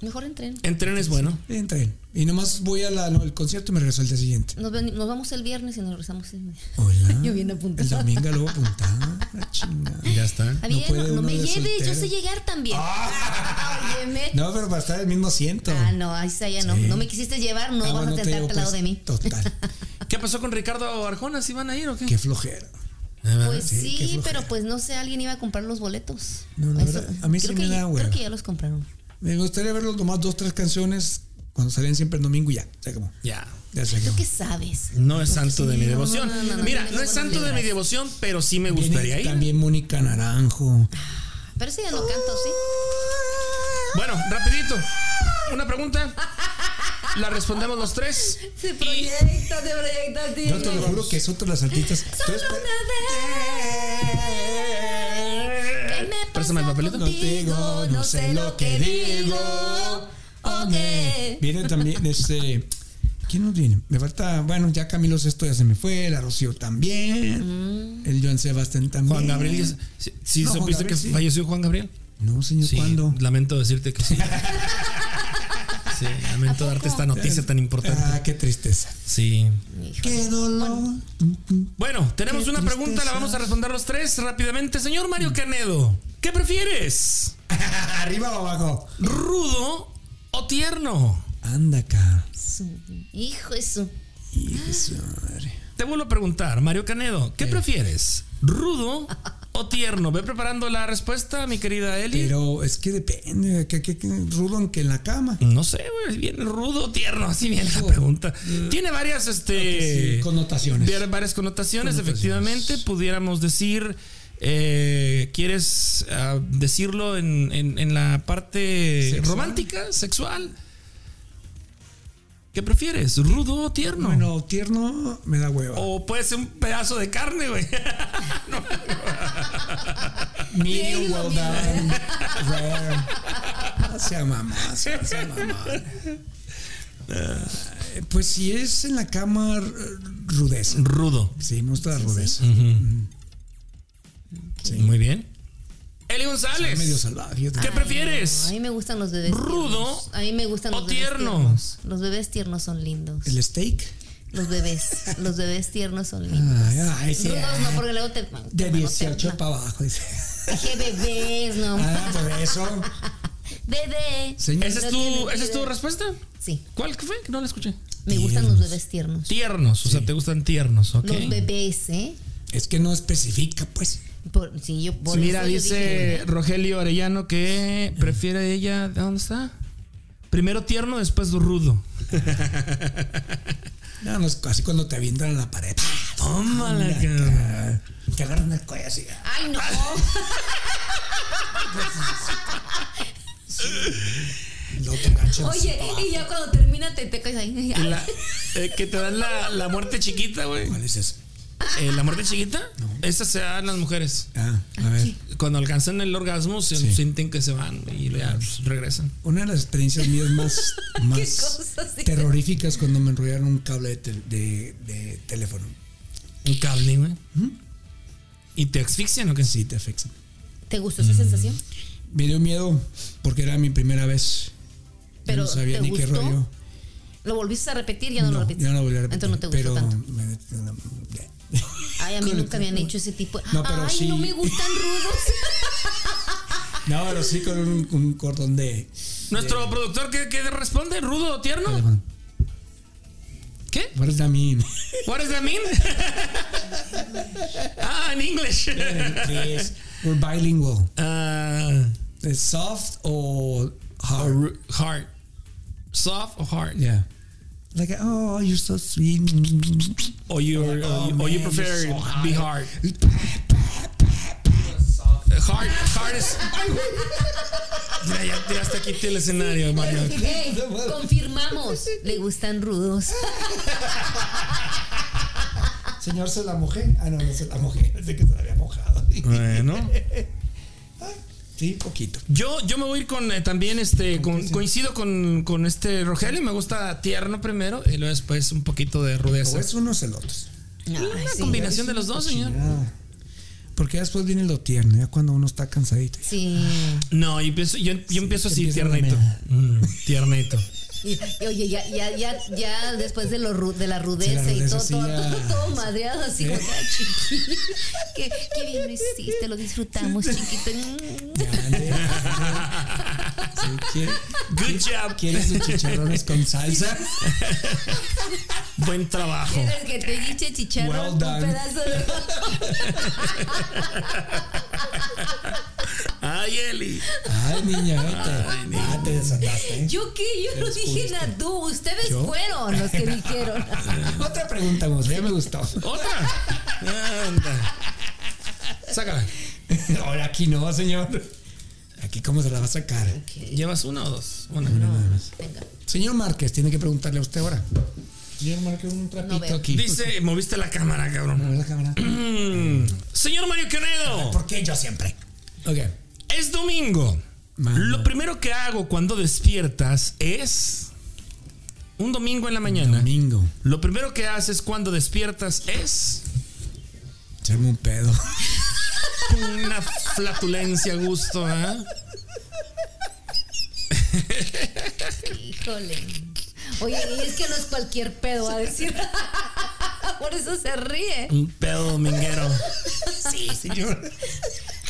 Mejor en tren. En tren es bueno. En tren. Y nomás voy al concierto y me regreso al día siguiente. Nos, ven- nos vamos el viernes y nos regresamos el Hola. Yo bien apuntada. El domingo lo voy apuntado. La chingada. Ya está. Está No Ah, bien, puede no, no uno me de lleves, yo soltero. sé llegar también. Óyeme. No, pero para estar en el mismo asiento. Ah, no, ahí está ya no. Sí. No me quisiste llevar, no Ah, vas bueno, a te sentarte digo, al lado pues, de mí. Total. ¿Qué pasó con Ricardo Arjona? ¿Si van a ir o qué? Ah, Qué flojera. Pues Sí, sí, qué flojera. pero pues no sé, alguien iba a comprar los boletos. No, la Eso- verdad, a mí sí creo me que da ya- hueva. Creo que ya los compraron. Me gustaría ver los nomás dos, tres canciones cuando salían siempre el domingo y ya. Se acabó. Ya. Ya se ¿Tú acabó. qué sabes? No es santo de mi no, devoción. no, no, no, Mira, no no es buenas santo de mi vibras. devoción, pero sí me gustaría Viene ir. También Mónica Naranjo. Pero ese ya no canto, ¿sí? Oh, Bueno, rapidito. Una pregunta. La respondemos los tres. Se proyecta, se proyecta, tío. Yo te lo juro que son todas las artistas. Solo Entonces, pues, una vez. ¿Qué me Préstame el pasa papelito. contigo? No digo, No sé lo que digo. ¿O qué? Vienen también, este. ¿Quién nos viene? Me falta, bueno, ya Camilo Sesto ya se me fue, la Rocío también, Mm. el Joan Sebastián también. Juan Gabriel. Si, si No, Juan supiste Gabriel, que sí. falleció Juan Gabriel. No, señor, Sí, ¿cuándo? Lamento decirte que sí. Sí, lamento ¿A poco? darte esta noticia tan importante. Ah, qué tristeza. Sí. Qué dolor. Bueno, tenemos Qué una pregunta, la tristeza. Mm. vamos a responder los tres rápidamente. Señor Mario Canedo, ¿qué prefieres? Arriba o abajo. ¿Rudo o tierno? Anda acá. Su- Hijo eso. Hijo de su madre. Te vuelvo a preguntar, Mario Canedo, ¿qué prefieres? ¿Rudo o tierno? Ve preparando la respuesta, mi querida Eli. Pero es que depende, que, que, que rudo aunque en la cama. no sé, güey, bien rudo o tierno, así viene la pregunta. Tiene varias, este, Mm. Sí, connotaciones. Tiene varias connotaciones, efectivamente. Pudiéramos decir, eh, ¿quieres ah, decirlo en, en- en la parte Sexual. romántica, sexual? ¿Qué prefieres? ¿Rudo o tierno? Bueno, tierno me da hueva. O puede ser un pedazo de carne, güey. Medium Bien, well lo done. Rare. No sea mamá, no sea mamá. Eh, Pues si es en la cama, r- rudeza. Rudo. Sí, me gusta la rudeza. Muy bien. Eli Es medio González, salvaje. yo ¿qué también. A prefieres? mí me gustan los bebés. ¿Rudo tiernos. A mí me gustan o los bebés tierno? tiernos. Los bebés tiernos son lindos. ¿El steak? Los bebés. Los bebés tiernos Ah, son lindos. Ay, ay, sí. Rudos no, porque luego te. De bueno, te- 18 no. para abajo. dice. Dije bebés, no. Ah, por eso. Bebé. Señor. ¿Esa es tu, ¿esa es tu respuesta? Sí. ¿Cuál fue? Que No la escuché. Me gustan los bebés tiernos. Tiernos, o sea, te gustan tiernos, ¿ok? Los bebés, ¿eh? Es que no especifica, pues. Por, sí, yo, por Mira, eso yo dice dije, Rogelio Arellano que prefiere ella. ¿Dónde está? Primero tierno, después rudo. No, no es así cuando te avientan a la pared. Tómala, cabrón. Ah, Te agarran el cuello así. ah. Ay, no. Luego te agachan así Oye, para abajo. y ya cuando termina te, te caes ahí. Y la- eh, que te dan la, la muerte chiquita, güey. ¿Cuál es esa? Eh, ¿La muerte chiquita? Esa se dan las mujeres. Ah, a ver. Cuando alcanzan el orgasmo, se Sí. sienten que se van y ya, pues, regresan. Una de las experiencias mías más, más cosas dices? terroríficas cuando me enrollaron un cable de, tel- de- de teléfono. Un cable, güey. ¿Y te asfixian o qué? Sí, te afecta. ¿Te gustó Mm, esa sensación? Me dio miedo porque era mi primera vez. Yo Pero, no sabía ¿te ni qué gustó? rollo. ¿Lo volviste a repetir? Ya no, lo repites. ya no lo volví a repetir. Entonces no te gustó pero tanto. me- no, Ay, a mí nunca me han hecho ese tipo. de- No, pero Ay, sí. no me gustan rudos. no, pero sí con un, un cordón de. Nuestro productor, ¿qué, qué responde? ¿Rudo o tierno? teléfono. ¿Qué? What does that mean? What does that mean? ah, en English. Please, We're bilingual. Uh, It's soft or hard? or hard. Soft or hard. Yeah. Like, oh, you're so sweet. Or you, uh, or, Oh, you- or you man, prefer you're so be hard. hard, hard is. Mira, ya tiraste aquí el escenario, Mario. Ey, confirmamos. Le gustan rudos. Señor, se la mojé. Ah, no, no se la mojé. Pensé que se la había mojado. Bueno. Sí, poquito. Yo, yo me voy a ir con eh, también este. Con, coincido con, con este Rogelio. Me gusta tierno primero y luego después un poquito de O rudeza. es uno o es el otro. No, Una sí. combinación de los dos, señor. Chingada. Porque ya después viene lo tierno, ya cuando uno está cansadito. Sí. No, yo empiezo, yo, yo empiezo así, empieza la tiernito. Mm, tiernito. Y- y oye, ya, ya, ya, ya después de, lo, ru- de la rudeza y rudeza, todo, sí, todo, ya. todo, todo madreado así, como que, "Ay, chiquito, qué, qué bien lo hiciste, lo disfrutamos, chiquito. Mm. Ya, ande, sí, quiere- Good job. ¿Quieres sus chicharrones con salsa? Buen trabajo. ¿Quieres que te guiche chicharrón Well done. un pedazo de... Ay, Eli. Ay, niña, vete. Ah, te desataste. ¿eh? ¿Yo qué? Yo no dije nada, tú. Ustedes fueron los que dijeron. Otra pregunta, Gus, ya me gustó. Otra. Anda. Sácala. Ahora aquí no, señor. Aquí cómo se la va a sacar. ¿Llevas una o dos? Una. Venga. Señor Márquez, tiene que preguntarle a usted ahora. Señor Márquez, un trapito No veo. aquí. Dice, moviste la cámara, cabrón. A ver la cámara. Mm. Señor Mario Canedo, ¿Por qué yo siempre? Ok. es domingo. Manda. Lo primero que hago cuando despiertas es... Un domingo en la mañana. Domingo. Lo primero que haces cuando despiertas es... Echarme un pedo. Una flatulencia a gusto, ¿ah? Híjole. Oye, y es que no es cualquier pedo a decir. Por eso se ríe. Un pedo dominguero. Sí, señor.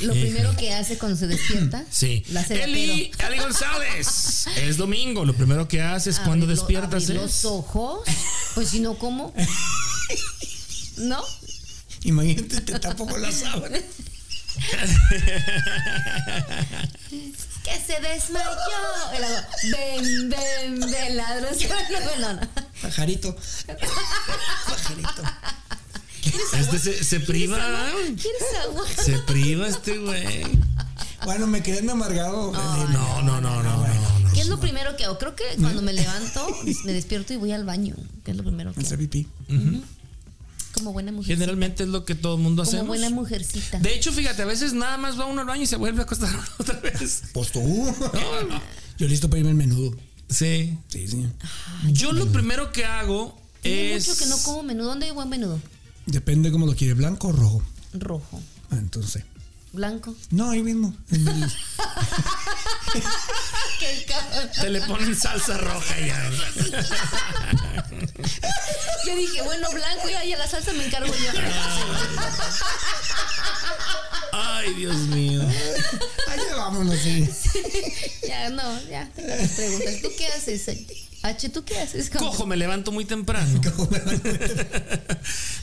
Lo primero que hace cuando se despierta. Sí. La hace de Eli, Eli González. Es domingo. Lo primero que haces pedo. pues, cuando Abrir lo- despiertas ¿eh? abrir es. los ojos. Pues si no, ¿cómo? ¿No? Imagínate, te tapo con la sábana. Que se desmayó. Y luego, ven, ven, ven, ladrón. No, no, no. Pajarito. Pajarito. Este se, se priva. ¿eh? ¿Quieres agua? Se priva este güey. Bueno, me quedé en amargado. Eh, No, no, no, no, no. Pues no. ¿Qué es lo primero que hago? Creo que cuando me levanto, me despierto y voy al baño. ¿Qué es lo primero que Hace hago? pipí. Como buena mujer. Generalmente es lo que todo el mundo hace. Como buena mujercita. De hecho, fíjate, a veces nada más va uno al baño y se vuelve a acostar otra vez. Pues tú. Yo listo para irme al menudo. Sí. Sí, señor. Yo lo primero que hago Tiene es. mucho que no como menudo. ¿Dónde hay buen menudo? Depende cómo lo quiere, blanco o rojo. Rojo. Ah, entonces. Blanco. No, ahí mismo. en el- Qué cabrón. Te le ponen salsa roja y ya. Yo dije, bueno, blanco, ya, ya la salsa me encargo yo. Ay, Dios mío. Allá vámonos, sí. ya, no, ya. te Preguntas, ¿tú qué haces? H, ¿tú qué haces? Como- Cojo, me levanto muy temprano.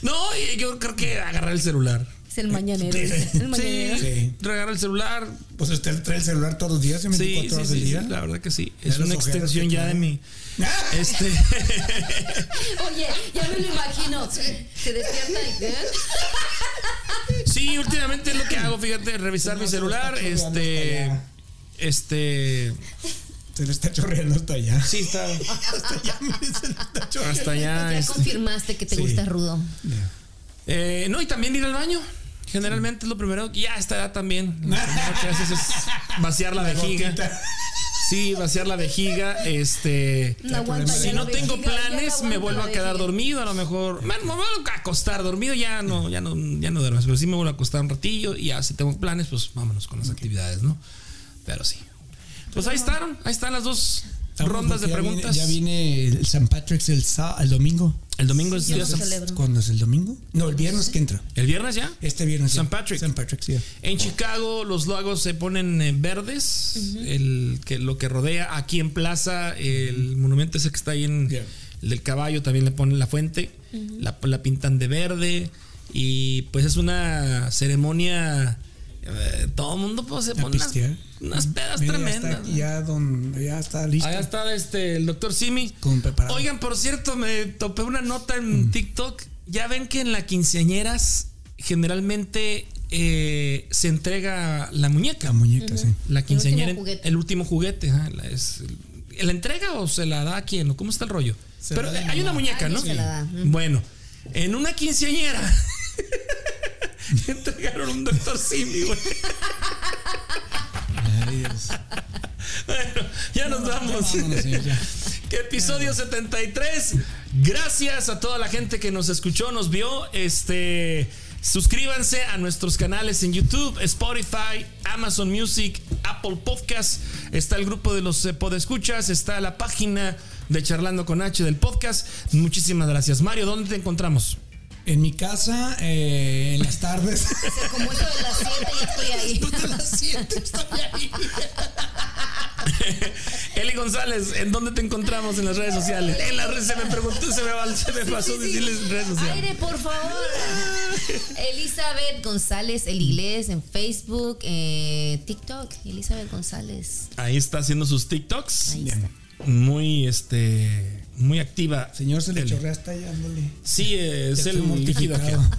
no, y yo creo que agarrar el celular. Es el mañanero. El mañanero. Sí. Agarrar el celular. Pues usted trae el celular todos los días, Sí, 24 sí, horas sí, del sí, día. Ah, la verdad que sí. Es las una ojeras extensión que ya de tiene. mi. Este. Oye, ya me lo imagino. Se despierta y. ¿eh? Sí, últimamente es lo que hago, fíjate, Pues revisar mi celular. está chorreando hasta Este. allá. Este. Se le está chorreando hasta allá. Sí, está. Hasta allá, mire, se le está chorreando. Hasta allá. Ya este. confirmaste que te Sí. gusta rudo. Eh, no, y también ir al baño. Generalmente es lo primero. Ya a esta edad también. Lo primero que haces es vaciar la vejiga. Gotita. Sí, vaciar la vejiga. Este. No aguanta. problema. ya Si no la tengo vejiga, ya no planes, me aguanta vuelvo la a quedar vejiga. dormido, a lo mejor. Bueno, me vuelvo a acostar dormido, ya no, ya no, ya no duermes, pero sí me vuelvo a acostar un ratillo y ya si tengo planes, pues vámonos con las actividades, ¿no? Pero sí. Pues ahí están, ahí están las dos Estamos, rondas de porque ya viene- preguntas. ya viene el San Patrick's el, sa- el domingo. El domingo es Yo día no San- celebro. ¿Cuándo es el domingo? No, el viernes que entra. el viernes ya. Este viernes. San ya. Patrick. San Patrick's, sí. En Chicago los lagos se ponen eh, verdes, el que lo que rodea aquí en Plaza, el monumento ese que está ahí en Yeah. el del caballo también le ponen la fuente, la, la pintan de verde y pues es una ceremonia eh, todo el mundo pues, se pone unas, pistear. unas pedas Mira, ya está, tremendas. aquí, ya, don, ya está listo. Allá está este el doctor Simi. Con preparado. Mm. Oigan, por cierto, me topé una nota en TikTok. Ya ven que en las quinceañeras generalmente eh, se entrega la muñeca. La muñeca, sí. La quinceañera, el último último juguete. juguete. ajá, la, es- ¿la entrega o se la da a quién? ¿O ¿Cómo está el rollo? Se Pero la da hay la una muñeca, Alguien ¿no? se la da. Bueno, en una quinceañera le entregaron un doctor Simi, güey. Ay, Dios. Bueno, ya nos vamos. Vámonos, señor, ya. Que episodio 73. Gracias a toda la gente que nos escuchó, nos vio. Este. Suscríbanse a nuestros canales en YouTube, Spotify, Amazon Music, Apple Podcast. Está el grupo de los eh, podescuchas, está la página de Charlando con H del podcast. Muchísimas gracias. Mario, ¿dónde te encontramos? En mi casa, eh, en las tardes. Como eso de las 7 ya estoy ahí. Después de las siete estoy ahí. Eli González, ¿en dónde te encontramos en las redes sociales? En las redes se me preguntó, se me, va- se me pasó decirles redes sociales. Aire, por favor. Elizabeth González, el inglés en Facebook, eh, TikTok, Elizabeth González. Ahí está haciendo sus TikToks. Ahí está. Muy, este, muy activa. Señor, se le Eli. chorrea hasta allá, ándale. Sí, eh, es Ya el estoy mortificado. líquido aquel.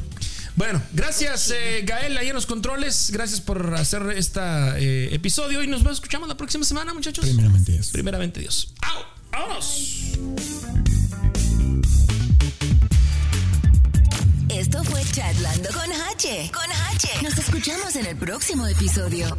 Bueno, gracias eh, Gael ahí en los controles. Gracias por hacer este episodio y nos vemos, escuchamos la próxima semana, muchachos. Primeramente Dios. Primeramente Dios. ¡Au! ¡Vámonos! Esto fue Chatlando con H. Con H. Nos escuchamos en el próximo episodio.